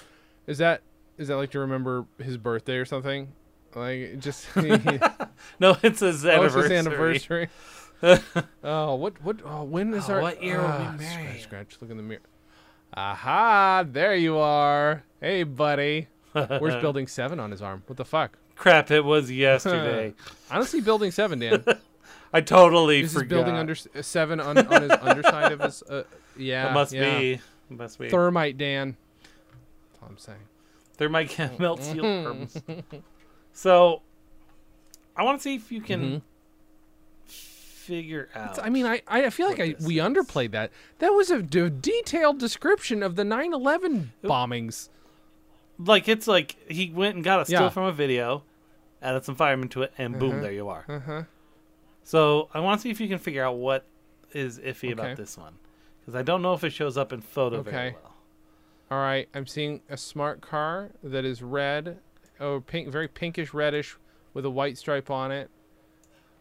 B: Is that is that like to remember his birthday or something? Like just anniversary.
A: No, it's his
B: Oh, it's
A: anniversary.
B: his anniversary. oh, what what? Oh, when is
A: Oh,
B: our
A: what year were we
B: Ah,
A: married?
B: Scratch, scratch. Look in the mirror. Aha! There you are. Hey, buddy. Where's Building Seven on his arm? What the fuck?
A: Crap! It was yesterday.
B: Honestly, Building Seven, Dan.
A: I totally
B: Is his
A: forgot.
B: building under uh, seven on, on his underside of his? Uh, yeah,
A: It must
B: yeah.
A: be. It must be.
B: thermite, Dan. That's all I'm saying.
A: There might get melt seal perms. So, I want to see if you can
B: Mm-hmm.
A: figure out.
B: It's- I mean, I, I feel like I,
A: this
B: we
A: is.
B: underplayed that. That was a d- detailed description of the 9 11 bombings.
A: like it's like he went and got a still
B: Yeah.
A: from a video, added some firemen to it, and boom,
B: Uh-huh.
A: there you are.
B: Uh huh.
A: So I want to see if you can figure out what is iffy about
B: Okay.
A: this one, because I don't know if it shows up in photo very
B: Okay.
A: well.
B: All right. I'm seeing a smart car that is red, or pink, very pinkish reddish, with a white stripe on it.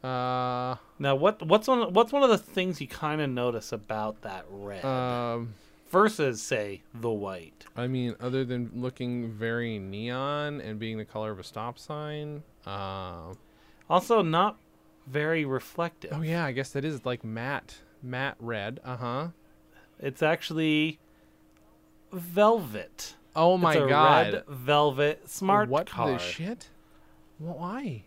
B: Uh,
A: Now, what what's one what's one of the things you kind of notice about that red
B: um,
A: versus say the white?
B: I mean, other than looking very neon and being the color of a stop sign. Uh,
A: Also, not very reflective.
B: oh, yeah. I guess that is like matte, matte red. Uh huh.
A: It's actually velvet.
B: Oh, my
A: it's a
B: God.
A: red velvet smart
B: what
A: car.
B: the shit? Why?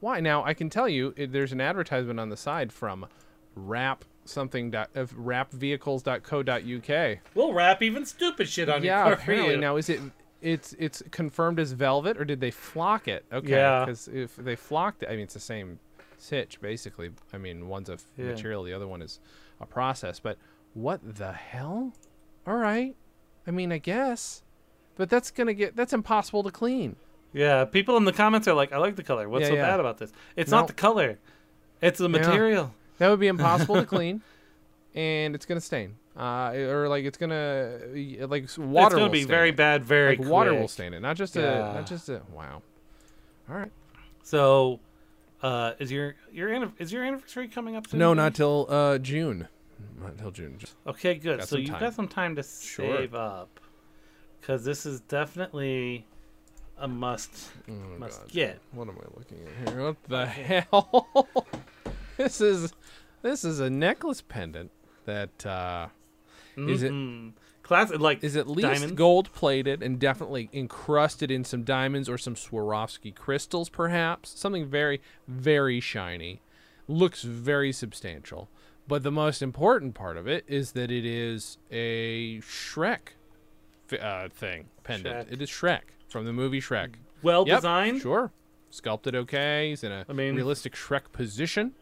B: Why? Now I can tell you, it, there's an advertisement on the side from wrap something dot of wrapvehicles.co.uk.
A: We'll wrap even stupid shit on
B: Yeah,
A: your car for
B: apparently
A: you.
B: now is it? It's it's confirmed as velvet, or did they flock it? Okay,
A: Yeah.
B: because if they flocked it, I mean it's the same sitch basically. I mean one's a f-
A: Yeah.
B: material, the other one is a process. But what the hell? All right, I mean I guess, but that's gonna get that's impossible to clean.
A: Yeah, people in the comments are like, "I like the color. What's
B: Yeah,
A: so
B: yeah.
A: bad about this? It's
B: No.
A: not the color, it's the material."
B: That would be impossible to clean, and it's gonna stain, uh, or like it's gonna uh, like s- water.
A: it's gonna
B: will
A: be
B: stain
A: very
B: it.
A: bad, very
B: Like water will
A: quick.
B: stain it, not just a,
A: Yeah.
B: not just a. Wow. All right.
A: So, uh, is your your anniv- is your anniversary coming up soon?
B: No, not till uh, June. Not till June. Just,
A: Okay, good.
B: Got
A: so
B: some
A: you've
B: time.
A: got some time to
B: Sure.
A: save up, because this is definitely a must
B: oh,
A: must
B: God.
A: get.
B: What am I looking at here? What the hell? this is this is a necklace pendant that uh, is it
A: Mm. Classic, like
B: is at least
A: diamonds?
B: gold plated and definitely encrusted in some diamonds or some Swarovski crystals, perhaps. Something very, very shiny. Looks very substantial. But the most important part of it is that it is a Shrek fi- uh, thing, pendant.
A: Shrek.
B: It is Shrek from the movie Shrek.
A: Well
B: Yep,
A: designed.
B: Sure. Sculpted okay. He's in a
A: I mean-
B: realistic Shrek position.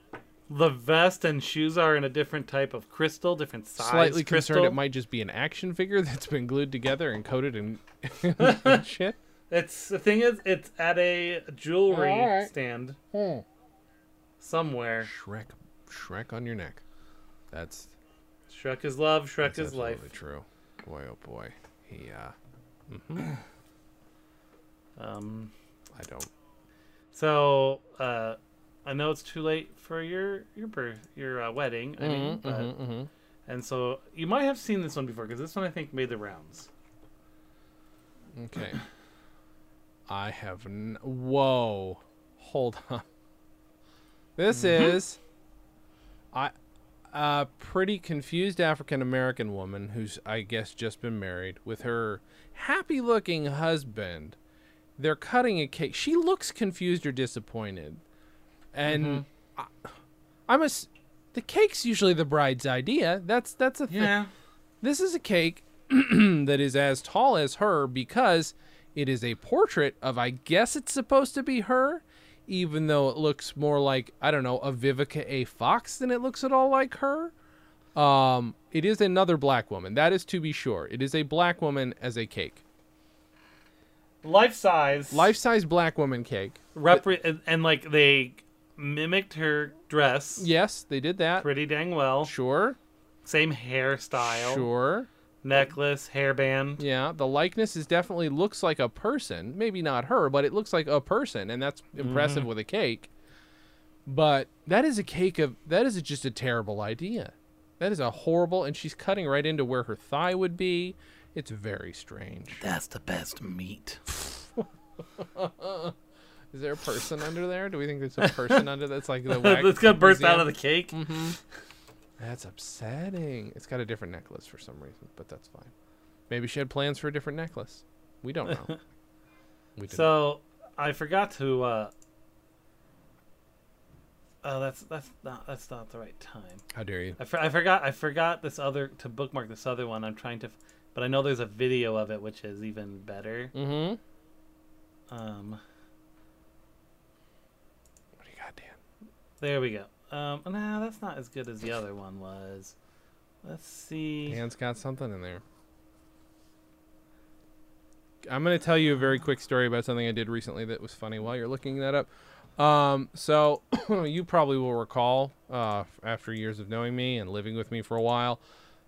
A: the vest and shoes are in a different type of crystal, different size.
B: Slightly
A: crystal.
B: concerned it might just be an action figure that's been glued together and coated in, in shit.
A: It's the thing is, it's at a jewelry
B: Alright.
A: stand
B: Hmm.
A: somewhere.
B: Shrek, Shrek on your neck. That's
A: Shrek is love. Shrek
B: that's
A: is life.
B: absolutely true. Boy, oh boy, he. Uh,
A: Um,
B: I don't.
A: so uh, I know it's too late for your your birth, your uh, wedding. I
B: Mm-hmm,
A: mean, but, and so you might have seen this one before because this one I think made the rounds.
B: Okay. I have. N- Whoa. Hold on. This is. I. A pretty confused African American woman who's, I guess, just been married with her happy looking husband. They're cutting a cake. She looks confused or disappointed. And I, I'm a. s- The cake's usually the bride's idea. That's that's a thing this is a cake that is as tall as her because it is a portrait of I guess it's supposed to be her, even though it looks more like I don't know a Vivica A. Fox than it looks at all like her. Um, it is another black woman. That is to be sure. It is a black woman as a cake,
A: life size.
B: life size black woman cake.
A: repre- and, and like they mimicked her dress
B: Yes, they did that.
A: pretty dang well.
B: Sure,
A: Same hairstyle,
B: sure.
A: necklace, hairband.
B: Yeah, the likeness is definitely looks like a person. Maybe not her, but it looks like a person, and that's
A: Mm-hmm.
B: impressive with a cake. But that is a cake of that is just a terrible idea. That is a horrible, and she's cutting right into where her thigh would be. It's very strange.
A: That's the best meat.
B: Is there a person under there? Do we think there's a person under that's like the wax
A: it's gonna burst out
B: museum?
A: of the cake.
B: Mm-hmm. That's upsetting. It's got a different necklace for some reason, but that's fine. Maybe she had plans for a different necklace. We don't know. We didn't.
A: So I forgot to. uh Oh, that's that's not that's not the right time.
B: How dare you?
A: I, for, I forgot I forgot this other to bookmark this other one. I'm trying to, f- but I know there's a video of it which is even better.
B: Mm-hmm.
A: Um,
B: What do you got, Dan?
A: there we go. Um, nah, that's not as good as the other one was. Let's see.
B: Dan's got something in there. I'm going to tell you a very quick story about something I did recently that was funny while you're looking that up. Um, so, you probably will recall, uh, after years of knowing me and living with me for a while,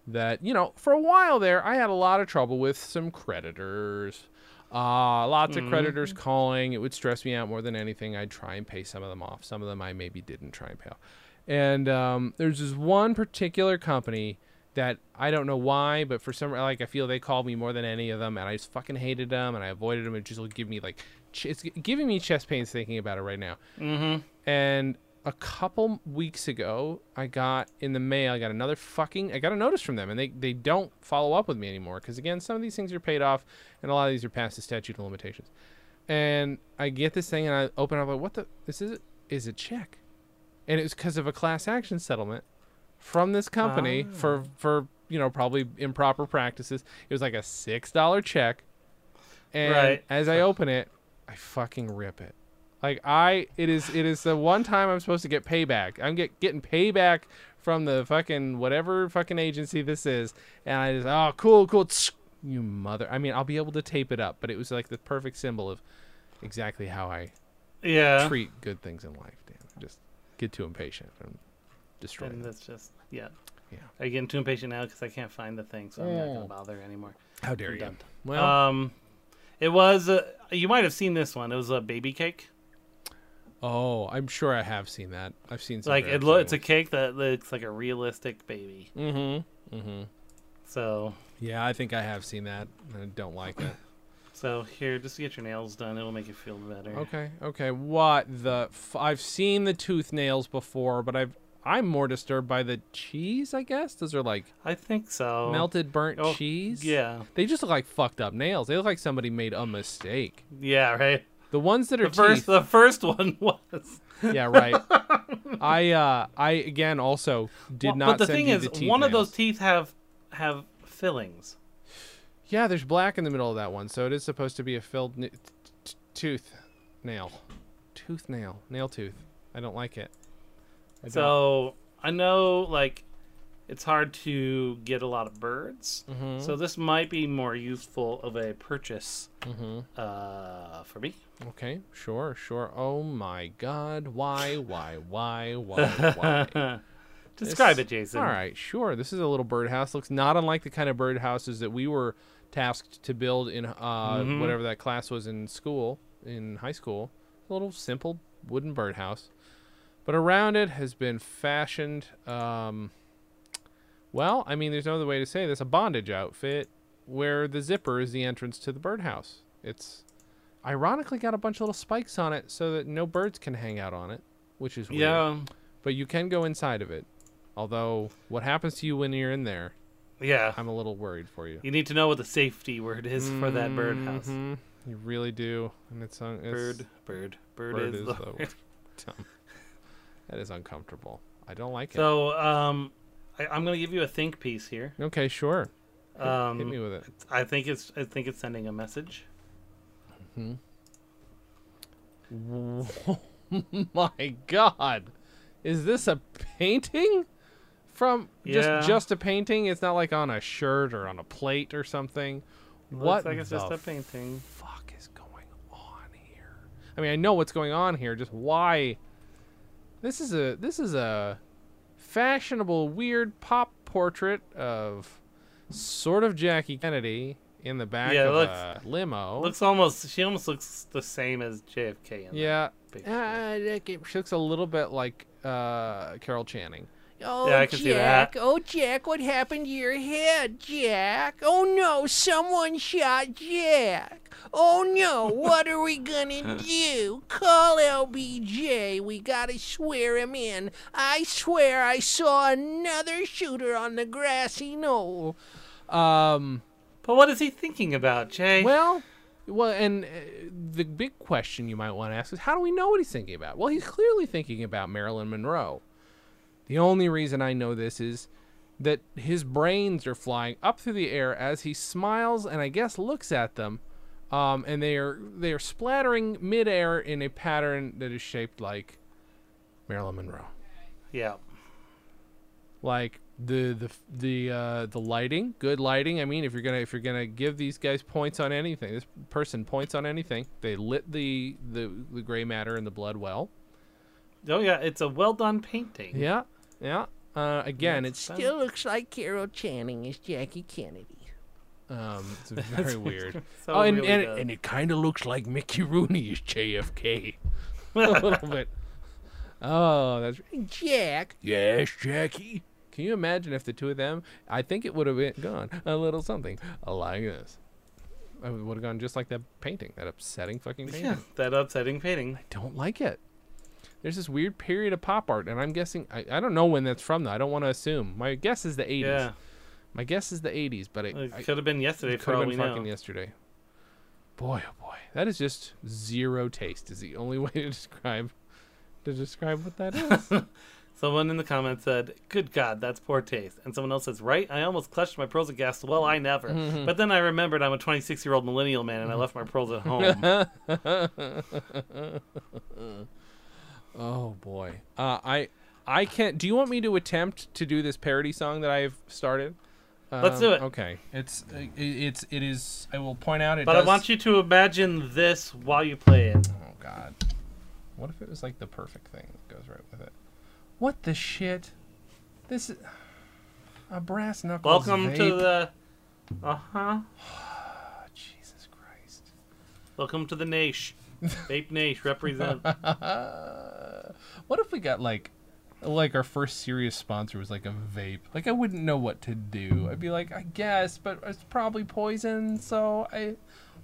B: that, you know, for a while there, I had a lot of trouble with some creditors. Uh, lots of creditors calling. It would stress me out more than anything. I'd try and pay some of them off. Some of them I maybe didn't try and pay off. And um, there's this one particular company that I don't know why, but for some like I feel they called me more than any of them, and I just fucking hated them, and I avoided them. It just would give me like ch- it's giving me chest pains thinking about it right now. And a couple weeks ago, I got in the mail, I got another fucking, I got a notice from them, and they, they don't follow up with me anymore. Because again, some of these things are paid off, and a lot of these are past the statute of limitations. And I get this thing, and I open it up, like, what the? This is, is a check. And it was because of a class action settlement from this company for, for, you know, probably improper practices. It was like a $6 check. And
A: Right.
B: as I open it, I fucking rip it. Like I, it is, it is the one time I'm supposed to get payback. I'm get getting payback from the fucking whatever fucking agency this is, and I just, oh, cool, cool. tsk, You mother. I mean, I'll be able to tape it up, but it was like the perfect symbol of exactly how I
A: Yeah.
B: treat good things in life. Dan, I just get too impatient and destroy.
A: And
B: them.
A: that's just yeah.
B: Yeah.
A: Are you getting too impatient now because I can't find the thing, so I'm not gonna bother anymore.
B: How dare you?
A: done.
B: Well,
A: Um, it was uh, you might have seen this one. It was a baby cake.
B: oh, I'm sure I have seen that. I've seen some
A: like it lo- it's a cake that looks like a realistic baby.
B: Mm-hmm. Mm-hmm.
A: So
B: Yeah, I think I have seen that. I don't like it.
A: so here, just get your nails done. It'll make you feel better.
B: Okay, okay. What the? F- I've seen the tooth nails before, but I've I'm more disturbed by the cheese. I guess those are like
A: I think so.
B: melted burnt
A: Oh,
B: cheese.
A: Yeah.
B: they just look like fucked up nails. They look like somebody made a mistake.
A: Yeah. Right.
B: The ones that are
A: The first
B: teeth.
A: the first one was.
B: yeah, right. I uh I again also did
A: Well,
B: not.
A: but the
B: send
A: thing
B: you
A: is,
B: the teeth
A: one of
B: nails.
A: those teeth have have fillings.
B: Yeah, there's black in the middle of that one, so it is supposed to be a filled n- t- t- tooth nail. Tooth nail. Nail tooth. I don't like it. I
A: So I know like it's hard to get a lot of birds.
B: Mhm.
A: So this might be more useful of a purchase
B: Mhm.
A: uh, for me.
B: Okay, sure, sure. Oh my God! Why, why, why, why, why?
A: Describe
B: This-
A: it, Jason.
B: All right, sure. This is a little birdhouse. Looks not unlike the kind of birdhouses that we were tasked to build in uh,
A: Mm-hmm.
B: whatever that class was in school, in high school. A little simple wooden birdhouse, but around it has been fashioned. Um, well, I mean, there's no other way to say this. A bondage outfit where the zipper is the entrance to the birdhouse. It's ironically got a bunch of little spikes on it so that no birds can hang out on it, which is weird
A: Yeah.
B: but you can go inside of it. Although what happens to you when you're in there,
A: Yeah.
B: I'm a little worried for you.
A: You need to know what the safety word is for that birdhouse.
B: Mhm. You really do, and it's, un- it's
A: Bird, bird, bird,
B: bird
A: is,
B: is
A: the
B: the
A: word.
B: word. dumb. That is uncomfortable. I don't like
A: So um, I, I'm gonna give you a think piece here.
B: it. Okay, sure.
A: Um,
B: Hit me with it.
A: I think it's I think it's sending a message.
B: Oh my God, is this a painting? From
A: Yeah.
B: just just a painting? It's not like on a shirt or on a plate or something.
A: Looks
B: what
A: like it's
B: the
A: just a painting.
B: fuck is going on here? I mean, I know what's going on here. Just why? This is a this is a fashionable, weird pop portrait of sort of Jackie Kennedy in the back
A: Yeah, it
B: of
A: looks-
B: a limo.
A: Looks almost she almost looks the same as JFK. In that.
B: yeah,
A: picture.
B: uh, I think it- she looks a little bit like uh, Carol Channing. Oh,
A: Yeah, I can see that.
B: Oh, Jack, what happened to your head, Jack? Oh, no, someone shot Jack. Oh, no, what are we gonna do? Call LBJ. We gotta swear him in. I swear I saw another shooter on the grassy knoll. Um,
A: But what is he thinking about, Jay?
B: well, well, and uh, the big question you might want to ask is how do we know what he's thinking about? Well, he's clearly thinking about Marilyn Monroe. The only reason I know this is that his brains are flying up through the air as he smiles and I guess looks at them, um, and they are they are splattering midair in a pattern that is shaped like Marilyn Monroe
A: yeah.
B: like the the the uh, the lighting, good lighting. I mean, if you're gonna if you're gonna give these guys points on anything, this person points on anything. They lit the the, the gray matter in the blood well.
A: Oh yeah, it's a well done painting.
B: Yeah, yeah. Uh, again, it
A: That's
B: still looks like Carol Channing is Jackie Kennedy. Um, it's very weird.
A: So
B: oh, and
A: really
B: and,
A: does.
B: and it kind of looks like Mickey Rooney is JFK a little bit. Oh, that's Jack.
F: Yes, Jackie.
B: Can you imagine if the two of them? I think it would have been gone a little something like this. I would have gone just like that painting, that upsetting fucking painting.
A: Yeah, that upsetting painting.
B: Don't like it. There's this weird period of pop art, and I'm guessing I, I don't know when that's from. Though I don't want to assume. My guess is the 80s.
A: Yeah,
B: My guess is the 80s, but it,
A: it
B: I-
A: could have been yesterday
B: it
A: for
B: could
A: all
B: have
A: we
B: been
A: know.
B: fucking yesterday. Boy, oh boy, that is just zero taste. Is the only way to describe to describe what that is.
A: Someone in the comments said, "Good God, that's poor taste." And someone else says, "Right, I almost clutched my pearls and gasped, well, I never."
B: Mm-hmm.
A: But then I remembered I'm a 26-year-old millennial man and I left my pearls at home.
B: Oh boy. Uh, I I can't. Do you want me to attempt to do this parody song that I've started? Um,
A: Let's do it.
B: Okay. It's uh, i- it's it is. I will point out it.
A: But I want you to imagine this while you play it.
B: Oh God. What if it was like the perfect thing that goes right with it? What the shit? This is a brass knuckle.
A: Welcome to the Uh-huh.
B: Ah, Jesus Christ.
A: Welcome to the Nash. Vape Nash represent.
B: What if we got like like our first serious sponsor was like a vape? Like I wouldn't know what to do. I'd be like, I guess, but it's probably poison, so I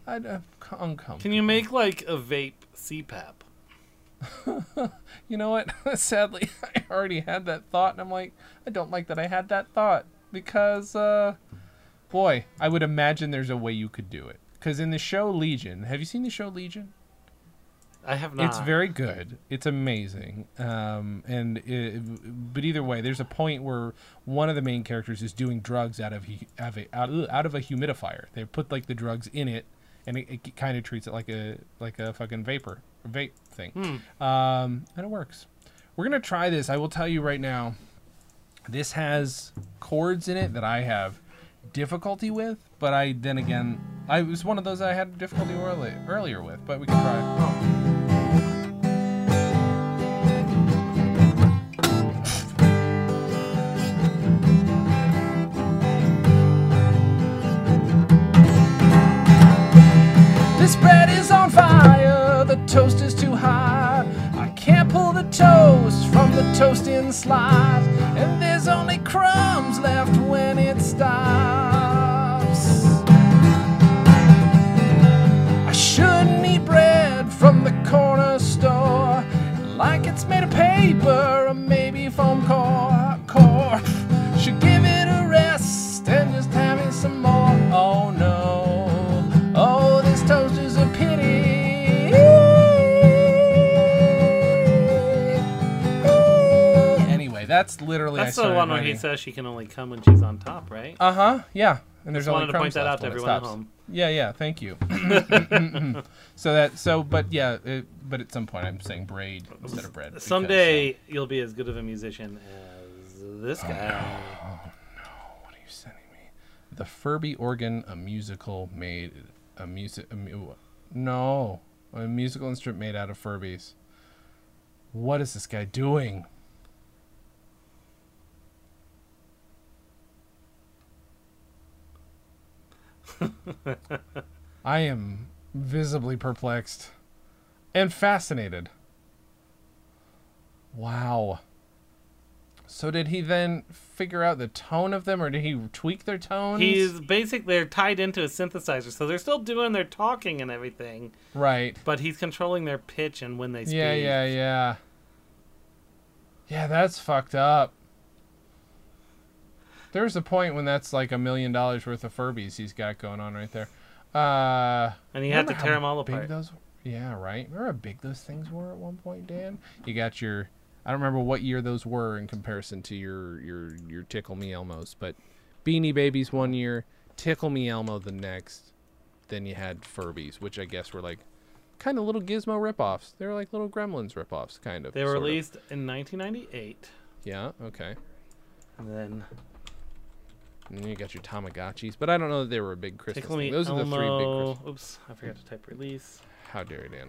B: I'd uh, c- uncomfortable.
A: Can you make like a vape CPAP?
B: You know what? Sadly, I already had that thought and I'm like, I don't like that I had that thought because uh boy, I would imagine there's a way you could do it. Cuz in the show Legion, have you seen the show Legion?
A: I have not.
B: It's very good. It's amazing. Um, and i but either way, there's a point where one of the main characters is doing drugs out of hu- out of a, out, ugh, out of a humidifier. They put like the drugs in it, and it, it kind of treats it like a like a fucking vapor vape thing. Um, and it works. We're gonna try this. I will tell you right now. This has chords in it that I have difficulty with, but I then again I it was one of those I had difficulty early, earlier with, but we can try. This bread is on fire, the toast is too hot. I can't pull the toast from the toasting slot, and there's only crumbs left when it stops. I shouldn't eat bread from the corner store, like it's made of paper or maybe foam core. core. Should give it a rest and just have me some more. Oh no, oh this toast is a pity. Anyway, that's literally
A: That's
B: I
A: the one where he says she can only come when she's on top, right?
B: Uh huh. Yeah. And there's
A: Just wanted
B: only
A: to point
B: crumbs
A: that
B: left
A: out to
B: when it
A: everyone at
B: stops.
A: home.
B: Yeah, yeah. Thank you. so that so, but yeah, it, but at some point I'm saying braid instead of bread. because, uh,
A: Someday you'll be as good of a musician as this guy.
B: uh, what are you sending me? The Furby organ, a musical made, a music, a, mu- no, a musical instrument made out of Furbies. What is this guy doing? I am visibly perplexed and fascinated. Wow. So did he then figure out the tone of them, or did he tweak their tones?
A: He's basically they're tied into a synthesizer, so they're still doing their talking and everything,
B: right.
A: but he's controlling their pitch and when they speak.
B: Yeah, yeah, yeah. Yeah, that's fucked up. There's a point when that's like a million dollars worth of Furbies he's got going on right there. Uh,
A: And he had
B: remember
A: to
B: how
A: tear 'em all
B: big
A: apart.
B: Those, yeah, right. Remember how big those things were at one point, Dan? You got your. I don't remember what year those were in comparison to your your your Tickle Me Elmos, but Beanie Babies one year, Tickle Me Elmo the next. Then you had Furbies, which I guess were like kind of little Gizmo ripoffs. They were like little Gremlins ripoffs, kind of.
A: They were
B: sort of.
A: released in 1998,
B: Yeah. Okay.
A: and then
B: And then you got your Tamagotchis, but I don't know that they were a big Christmas
A: Tickle Me
B: thing. Those are the three big.
A: Elmo.
B: Christmas.
A: Oops, I forgot to type release.
B: How dare you, Dan?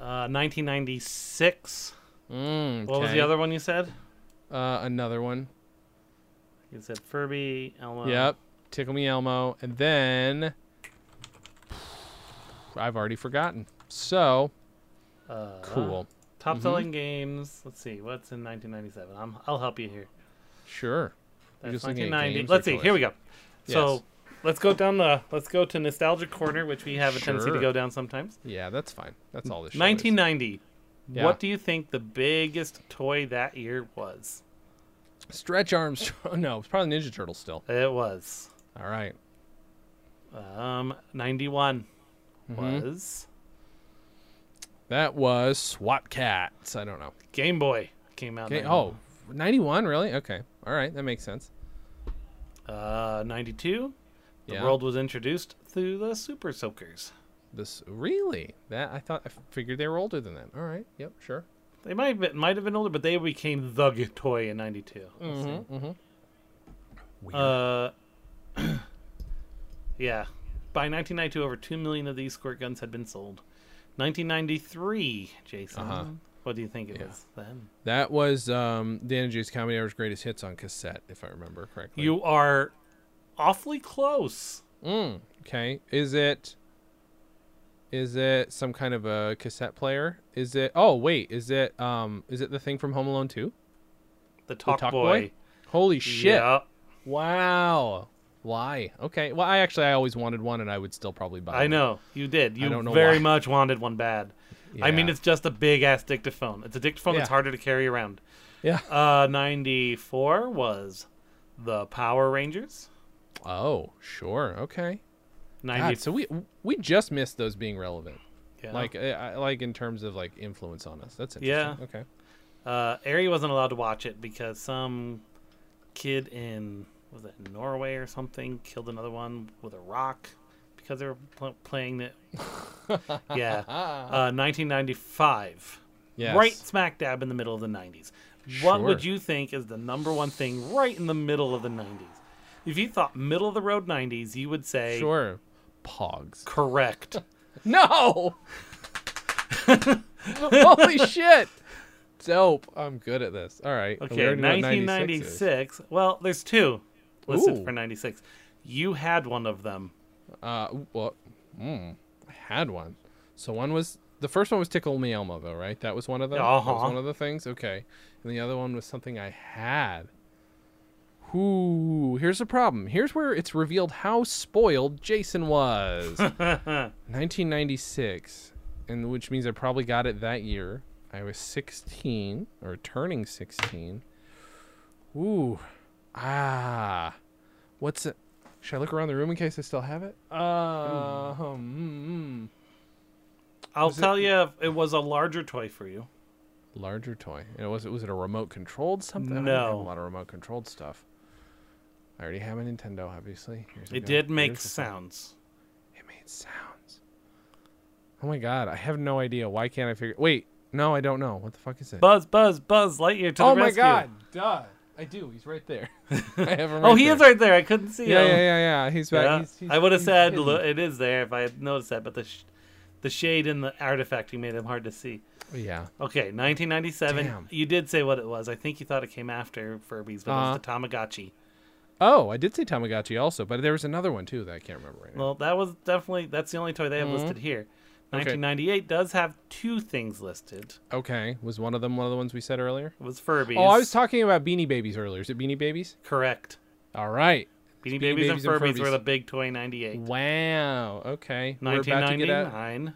A: Uh, 1996.
B: Mm,
A: What was the other one you said?
B: Uh, another one.
A: You said Furby, Elmo.
B: Yep. Tickle Me Elmo. And then I've already forgotten. So
A: Uh,
B: cool. Mm-hmm.
A: Top selling games. Let's see. What's in 1997? I'm, I'll help you here.
B: Sure. You're
A: That's
B: just looking at
A: 1990.
B: games or
A: Let's see. Here
B: toys?
A: we go. So
B: Yes.
A: let's go down the. Let's go to nostalgia corner, which we have a tendency to
B: Sure.
A: go down sometimes.
B: Yeah, that's fine. That's all this show is.
A: 1990.
B: Yeah.
A: What do you think the biggest toy that year was?
B: Stretch Arms. No, it's probably Ninja Turtle still.
A: It was
B: All right.
A: um 91
B: Mm-hmm.
A: was
B: That was SWAT Cats. I don't know.
A: Game Boy came out. in
B: Okay. Oh, 91, really? Okay. All right. That makes sense.
A: 91. Uh, 92. The
B: Yeah.
A: world was introduced through the Super Soakers.
B: This really? That I thought I figured they were older than that. All right. Yep. Sure.
A: They might have been, might have been older, but they became the g- toy in '92.
F: Weird.
A: Uh, yeah. By 1992, over two million of these squirt guns had been sold. 1993, Jason.
B: Uh-huh.
A: What do you think it
B: Yeah.
A: was then?
B: That was um, Dan and Jay's Comedy Hour's greatest hits on cassette, if I remember correctly.
A: You are awfully close.
B: Mm, okay. Is it? Is it some kind of a cassette player? Is it? Oh wait, is it? Um, is it the thing from Home Alone Two?
A: The
B: The
A: Talk, Boy.
B: Holy shit!
A: Yeah.
B: Wow. Why? Okay. Well, I actually I always wanted one, and I would still probably buy.
A: I
B: one.
A: know you did. You
B: don't know
A: very
B: why.
A: much wanted one bad. I mean,
B: Yeah.
A: it's just a big ass dictaphone. It's a dictaphone that's
B: Yeah.
A: harder to carry around.
B: Yeah.
A: Uh, 94 was the Power Rangers.
B: Oh, sure. Okay.
A: 90,
B: God, so we we just missed those being relevant,
A: yeah.
B: like uh, I- like in terms of like influence on us. That's
A: Yeah.
B: interesting. Okay.
A: uh, Ari wasn't allowed to watch it because some kid in was it Norway or something killed another one with a rock because they were pl- playing it. yeah, uh, 1995
B: Yes.
A: right smack dab in the middle of the 90s. What would
B: Sure.
A: you think is the number one thing right in the middle of the 90s? If you thought middle of the road 90s, you would say
B: Sure. Pogs.
A: correct.
B: No. Holy shit. Dope. I'm good at this. All right.
A: Okay, 1996. Well, there's two listed for 96. You had one of them.
B: Uh, well, mm, I had one. So one was the first one was Tickle Me Elmo, though, right? That was one of the that was
A: Uh-huh.
B: one of the things. Okay, and the other one was something I had. Ooh, here's the problem. Here's where it's revealed how spoiled Jason was. 1996, and which means I probably got it that year. I was 16 or turning 16. Ooh, ah, what's it? Should I look around the room in case I still have it? Uh,
A: Oh, mm-hmm.
B: hmm,
A: I'll tell you if it was a larger toy for you.
B: hmm. larger toy. And it was it was it a remote controlled something? I don't have a
A: No.
B: lot of remote controlled stuff. I already have a Nintendo, obviously. Here's a
A: It
B: go-
A: did make
B: here's the thing.
A: sounds.
B: It made sounds. Oh my god, I have no idea. Why can't I figure? Wait, no, I don't know. What the fuck is it?
A: Buzz, buzz, buzz, Lightyear to
B: oh
A: the
B: my
A: rescue.
B: god, duh. I do. He's right there. I have him
A: Oh, he is right there. I couldn't see
B: Yeah,
A: him.
B: yeah, yeah, yeah. He's right.
A: Yeah,
B: He's, he's,
A: I would have
B: he's
A: said
B: hidden.
A: lo- it is there if I had noticed that, but the sh- the shade in the artifact made them hard to see.
B: Yeah.
A: Okay, 1997.
B: Damn.
A: You did say what it was. I think you thought it came after Furby's, but it was the Tamagotchi.
B: Oh, I did say Tamagotchi also, but there was another one too that I can't remember right now.
A: Well, that was definitely that's the only toy they have listed here. 1998 does have two things listed.
B: Okay, was one of them one of the ones we said earlier?
A: It was Furby's.
B: Oh, I was talking about Beanie Babies earlier. Is it Beanie Babies?
A: correct.
B: All right.
A: Beanie, Babies, and Furbies, were the big toy 98.
B: Wow. Okay. We're about to get at.
A: 1999.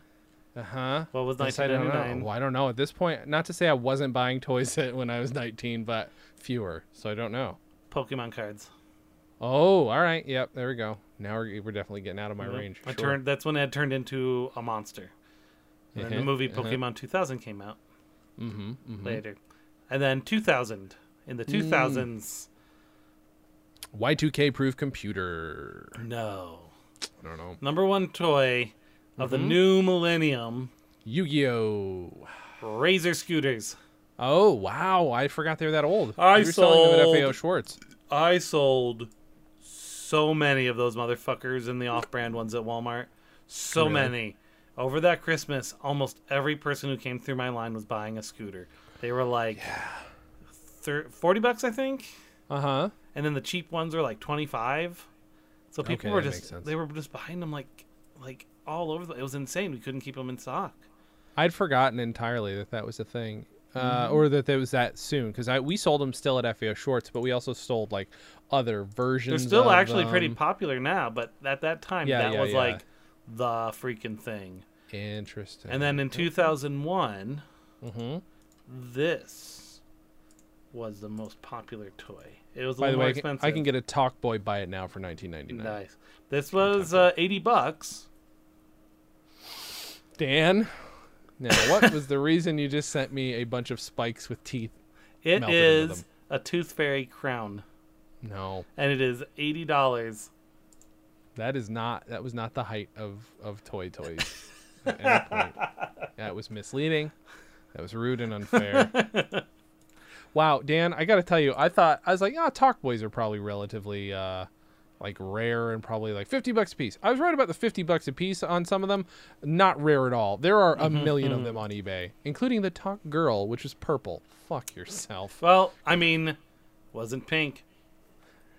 B: Uh huh.
A: What was
B: I don't
A: 1999?
B: know. Well, I don't know at this point. Not to say I wasn't buying toys when I was 19, but fewer. So I don't know.
A: Pokemon cards.
B: Oh, all right. Yep. There we go. Now we're, we're definitely getting out of my
A: Yep.
B: range.
A: Mm-hmm. I
B: Sure.
A: turned. That's when it turned into a monster. And then
B: Uh-huh,
A: the movie
B: uh-huh.
A: Pokemon 2000 came out
B: Mm-hmm, Mm.
A: later, and then 2000 in the 2000s.
B: Y2K proof computer.
A: No,
B: I don't know.
A: number one toy of
B: Mm-hmm.
A: the new millennium:
B: Yu-Gi-Oh.
A: Razor scooters.
B: Oh wow! I forgot they were that old.
A: I
B: you were selling them
A: sold-
B: at FAO Schwartz.
A: I sold so many of those motherfuckers and the off-brand ones at Walmart. So
B: Really?
A: many. Over that Christmas, almost every person who came through my line was buying a scooter. They were like thir- 40 bucks, I think.
B: Uh huh.
A: And then the cheap ones were like 25. So people
B: Okay,
A: were
B: that makes sense.
A: just they were just buying them like like all over the it was insane. We couldn't keep them in stock.
B: I'd forgotten entirely that that was a thing,
A: Mm-hmm.
B: uh, or that there was that soon because I we sold them still at FAO Schwartz, but we also sold like other
A: They're
B: versions.
A: still
B: of
A: actually pretty
B: them.
A: popular now, but at that time
B: Yeah,
A: that
B: yeah,
A: was
B: yeah.
A: like the freaking thing.
B: Interesting.
A: And then in 2001,
B: Mm-hmm.
A: this was the most popular toy. It was a
B: by the
A: little more
B: way, I can,
A: expensive.
B: I can get a Talk Boy buy it now for 19.99.
A: nice. This was uh, 80 bucks.
B: Dan, now what was the reason you just sent me a bunch of spikes with teeth?
A: It
B: Melted into
A: is a tooth fairy crown,
B: No,
A: and it is eighty dollars.
B: that is not. That was not the height of of toy toys. at any point. That was misleading. That was rude and unfair. wow, Dan, I gotta tell you, I thought I was like, ah, Talk Boys are probably relatively. uh like rare and probably like 50 bucks a piece. I was right about the 50 bucks a piece on some of them. Not rare at all. There are a 1000000 of them on eBay, including the Talk Girl, which is purple. Fuck yourself.
A: Well, I mean, wasn't pink.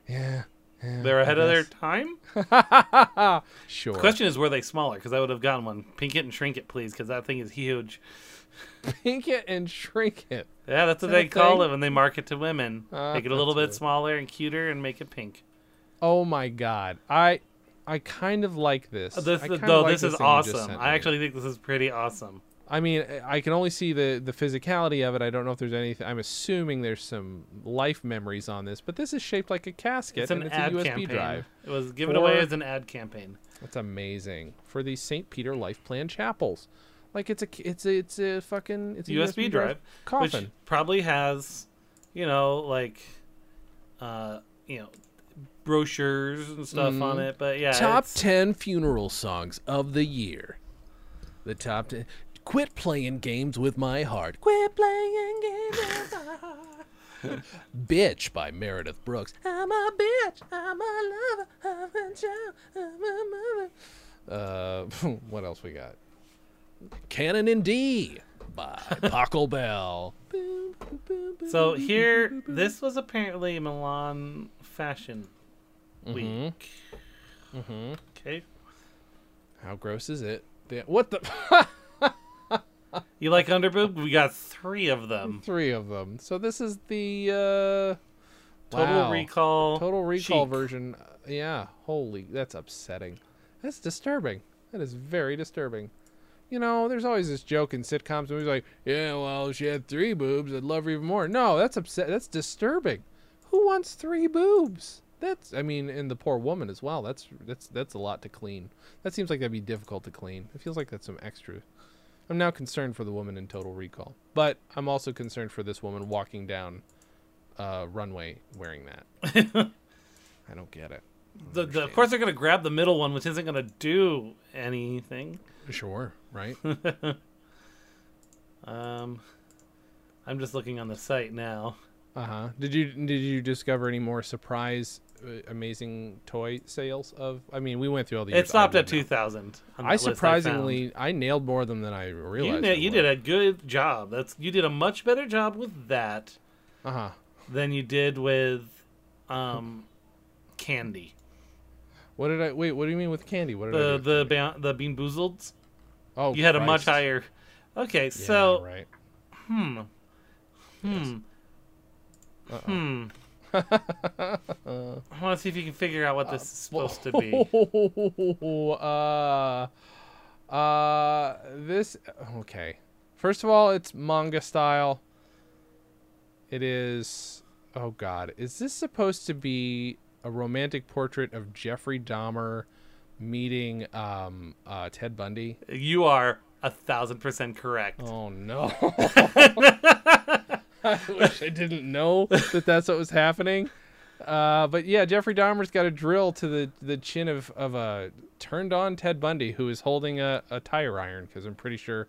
B: Yeah.
A: They're ahead of their
B: guess.
A: time.
B: Sure.
A: Question is, were they smaller? Because I would have gotten one. Pink it and shrink it, please, because that thing is huge.
B: Pink it and shrink it.
A: Yeah, that's what
B: that a
A: they call
B: thing?
A: it when they market to women.
B: Ah,
A: make it a little
B: that's
A: bit
B: weird.
A: smaller and cuter, and make it pink.
B: Oh my god. I I kind of like this.
A: Uh, This,
B: I kind
A: though,
B: of like
A: this is
B: thing you just
A: awesome.
B: sent
A: I
B: me.
A: actually think this is pretty awesome.
B: I mean, I can only see the the physicality of it. I don't know if there's anything. I'm assuming there's some life memories on this, but this is shaped like a casket
A: It's an
B: and it's
A: ad
B: a USB
A: campaign.
B: drive.
A: It was given away
B: For-
A: as an ad campaign.
B: That's amazing for the St. Peter Life Plan chapels. Like it's a it's a, it's a fucking it's a
A: USB, drive,
B: coffin.
A: which probably has, you know, like, uh, you know, brochures and stuff on it. But yeah,
B: Mm-hmm. top
A: it's-
B: 10 funeral songs of the year. The top 10.
G: Quit playing games with my heart. Quit playing games with my heart. Bitch by Meredith Brooks. I'm a bitch. I'm a lover. I'm a child. I'm a mother. Uh, what else we got? Canon in D by Paco Bell. Boom, boom, boom, boom.
A: So here, this was apparently Milan Fashion
B: Mm-hmm.
A: Week. Okay,
G: How gross is it? The- What the?
A: you like underboob? We got three of them.
B: Three of them. So this is the uh,
A: Total
B: wow.
A: Recall.
B: Total Recall
A: Chic.
B: version. Uh, yeah. Holy, that's upsetting. That's disturbing. That is very disturbing. You know, there's always this joke in sitcoms, movies like, "Yeah, well, she had three boobs. I'd love her even more." No, that's upset. That's disturbing. Who wants three boobs? That's, I mean, and the poor woman as well. That's that's that's a lot to clean. That seems like that'd be difficult to clean. It feels like that's some extra. I'm now concerned for the woman in Total Recall, but I'm also concerned for this woman walking down uh, runway wearing that. I don't get it.
A: The, the, of course, they're gonna grab the middle one, which isn't gonna do anything.
G: sure, right?
A: Um, I'm just looking on the site now.
B: Uh huh. Did you did you discover any more surprise uh, amazing toy sales of? I mean, we went through all the.
A: It
B: years. I
A: stopped at
B: wouldn't know.
A: 2,000. on that
B: I
A: list found.
B: surprisingly I, nailed more of them than I realized.
A: you, kn- you did a good job. That's you did a much better job with that
B: Uh huh.
A: than you did with um, candy.
B: What did I wait? What do you mean with candy? What did I
A: The
B: do?
A: the ba- the bean boozled.
B: oh,
A: You had a much
B: Christ.
A: higher. Okay,
B: Yeah,
A: so
B: right.
A: hmm, hmm, hmm. I want to see if you can figure out what this is supposed to be.
B: uh, uh, this okay. First of all, it's manga style. It is. Oh God, is this supposed to be a romantic portrait of Jeffrey Dahmer meeting um, uh, Ted Bundy?
A: You are a thousand percent correct.
B: Oh no! I wish I didn't know that that's what was happening. Uh, but yeah, Jeffrey Dahmer's got a drill to the the chin of of a turned on Ted Bundy who is holding a, a tire iron because I'm pretty sure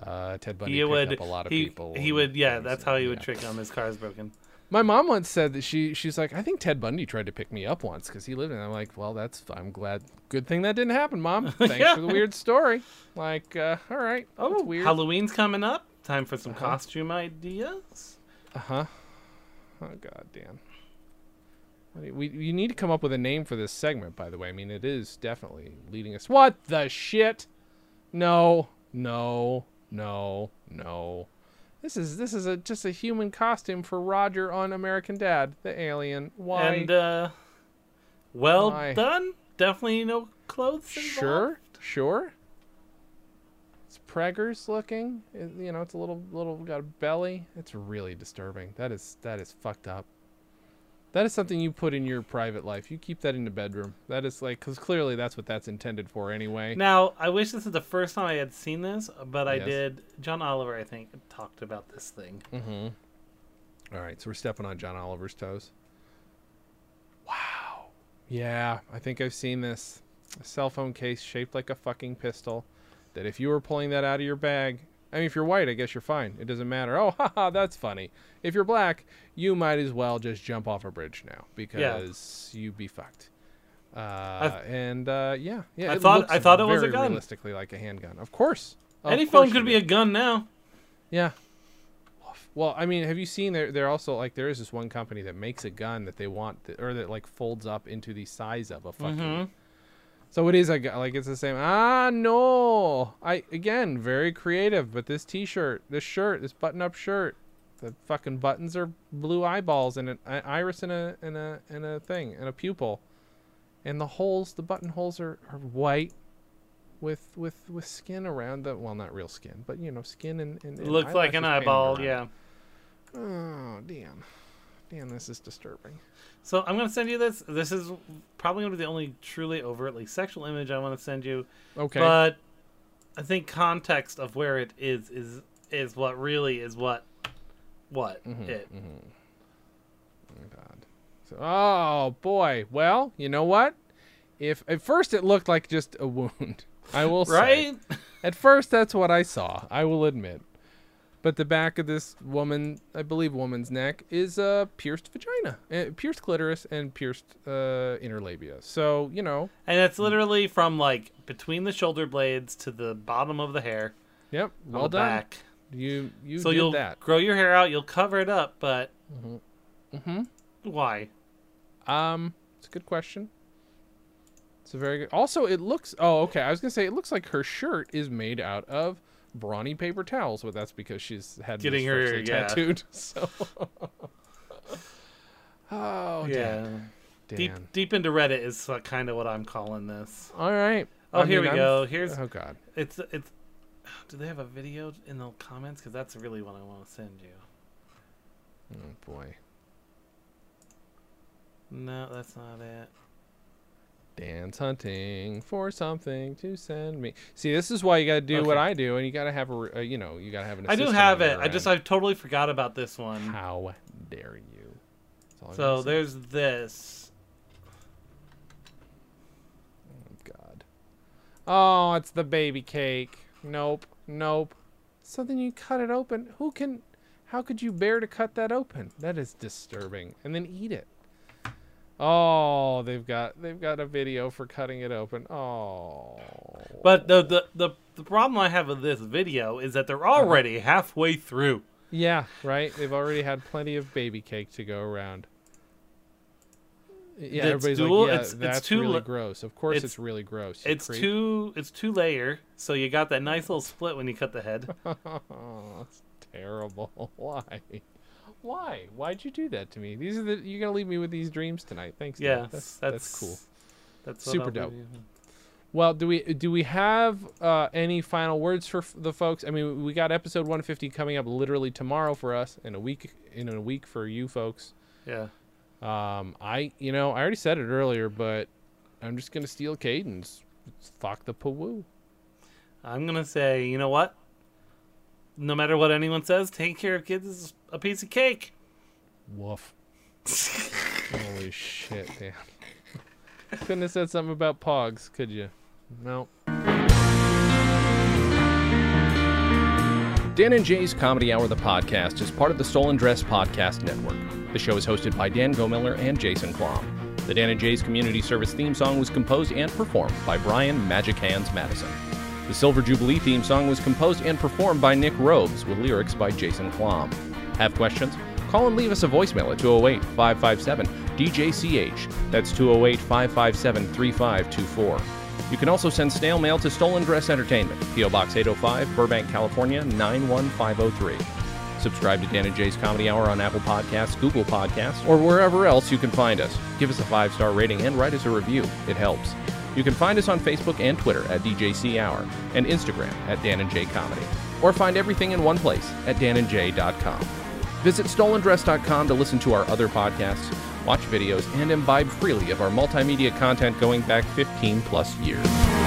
B: uh, Ted Bundy
A: he
B: picked
A: would.
B: up a lot of
A: he,
B: people.
A: he
B: and
A: would. Yeah,
B: things,
A: that's
B: and-
A: how he would
B: yeah.
A: trick him. His car's broken.
B: My mom once said that she she's like, I think Ted Bundy tried to pick me up once because he lived in. I'm like, well, that's I'm glad. Good thing that didn't happen, mom. Thanks
A: Yeah.
B: for the weird story. Like, uh, all right. Oh, that's weird.
A: Halloween's coming up. Time for
B: Uh-huh.
A: some costume ideas.
B: Uh huh. Oh god damn. What do you- We you need to come up with a name for this segment, by the way. I mean, it is definitely leading us. What the shit? No, no, no, no. This is this is a just a human costume for Roger on American Dad, the alien. Why?
A: And uh, well
B: Why?
A: done. Definitely no clothes. involved.
B: sure, sure. It's Preggers looking. It- you know, it's a little little got a belly. It's really disturbing. That is that is fucked up. That is something you put in your private life. You keep that in the bedroom. That is like because clearly that's what that's intended for anyway.
A: Now, I wish this is the first time I had seen this, but I
B: Yes.
A: did. John Oliver, I think, talked about this thing.
B: All right, so we're stepping on John Oliver's toes. Wow. Yeah, I think I've seen this. A cell phone case shaped like a fucking pistol. That if you were pulling that out of your bag, I mean, if you're white, I guess you're fine. It doesn't matter. Oh, haha, that's funny. If you're black, you might as well just jump off a bridge now because you'd be fucked. Uh, and uh, yeah, yeah.
A: I thought-
B: looks
A: I thought it was a
B: very
A: gun.
B: Realistically, like a handgun, of course. Of
A: Any
B: course
A: phone could
B: it
A: be
B: is.
A: a gun now.
B: Yeah. Well, I mean, have you seen there? They're also like there is this one company that makes a gun that they want, that, or that like folds up into the size of a fucking.
A: Mm-hmm.
B: So it is a gu- like it's the same. Ah no! I again very creative, but this T-shirt, this shirt, this button-up shirt, the fucking buttons are blue eyeballs and an, an iris and a and a and a thing and a pupil, and the holes, the buttonholes are are white. With, with with skin around the well not real skin but you know skin and, and, and
A: Looks like an
B: eyelashes painted
A: eyeball.
B: around.
A: Yeah.
B: Oh, damn. Damn, this is disturbing.
A: So I'm gonna send you this. This is probably gonna be the only truly overtly sexual image I want to send you.
B: Okay.
A: But I think context of where it is is is what really is what what
B: Mm-hmm,
A: it.
B: God. So, oh, boy. Well, you know what? If at first it looked like just a wound. I will say.
A: Right?
B: At first, that's what I saw. I will admit. But the back of this woman, I believe woman's neck, is a pierced vagina, uh, pierced clitoris, and pierced uh, inner labia. So you know,
A: And it's literally from like between the shoulder blades to the bottom of the hair.
B: yep,
A: on
B: well
A: the
B: done.
A: Back.
B: You you
A: So
B: did
A: you'll
B: that. Mm-hmm.
A: grow your hair out. You'll cover it up, but why?
B: Um, it's a good question. It's a very good. Also, it looks. Oh, okay. I was gonna say it looks like her shirt is made out of brawny paper towels, but that's because she's had
A: Getting
B: this
A: her-
B: freshly
A: yeah.
B: tattooed. So. oh Dan. Dan.
A: Deep deep into Reddit is uh, kind of what I'm calling this.
B: All right.
A: Oh, here we go. Here's-
B: Oh God.
A: It's it's. Do they have a video in the comments? Because that's really what I want to send you.
B: Oh boy.
A: No, that's not it.
B: Dan's hunting for something to send me. See, this is why you gotta do what
A: Okay.
B: I do, and you gotta have a, re- uh, you know, you gotta have an.
A: I do
B: assistant
A: have
B: on
A: it.
B: your
A: I just
B: end.
A: I totally forgot about this one.
B: How dare you? That's all I gotta
A: So
B: say.
A: there's this.
B: God. Oh, it's the baby cake. Nope. Nope. So then you cut it open. Who can. How could you bear to cut that open? That is disturbing. And then eat it. Oh, they've got they've got a video for cutting it open. Oh.
A: But the the the, the problem I have with this video is that they're
B: Uh-huh.
A: already halfway through.
B: Yeah, right. They've already had plenty of baby cake to go around. Yeah,
A: It's
B: everybody's
A: dual-
B: like, yeah,
A: it's- it's
B: that's
A: too
B: really
A: li-
B: gross. Of course, it's,
A: it's-
B: really gross. you
A: It's
B: creep.
A: two it's two layer, so you got that nice little split when you cut the head.
B: Oh, that's terrible. Why? Why? Why'd you do that to me? These are the you're gonna leave me with these dreams tonight. Thanks.
A: Yeah,
B: Dan. that's, that's cool.
A: That's
B: Super
A: I'll
B: dope.
A: give you.
B: Well, do we do we have uh, any final words for f- the folks? I mean, we got episode 150 coming up literally tomorrow for us, and a week in a week for you folks.
A: Yeah.
B: Um, I you know I already said it earlier, but I'm just gonna steal Caden's. Fuck the pawoo.
A: I'm gonna say, you know what? No matter what anyone says, taking care of kids is a piece of cake.
B: Woof. Holy shit, man. Couldn't have said something about pogs, could you? No.
G: Dan and Jay's Comedy Hour, the podcast, is part of the Stolen Dress Podcast Network. The show is hosted by Dan Gomiller and Jason Klom. The Dan and Jay's Community Service theme song was composed and performed by Brian Magic Hands Madison. The Silver Jubilee theme song was composed and performed by Nick Robes with lyrics by Jason Klom. Have questions? Call and leave us a voicemail at 208 557 DJCH. That's 208 557 3524. You can also send snail mail to Stolen Dress Entertainment, P.O. Box 805, Burbank, California 91503. Subscribe to Dan and Jay's Comedy Hour on Apple Podcasts, Google Podcasts, or wherever else you can find us. Give us a five star rating and write us a review, it helps. You can find us on Facebook and Twitter at DJC Hour and Instagram at Dan and Jay Comedy. Or find everything in one place at danandjay.com. Visit stolendress.com to listen to our other podcasts, watch videos, and imbibe freely of our multimedia content going back 15 plus years.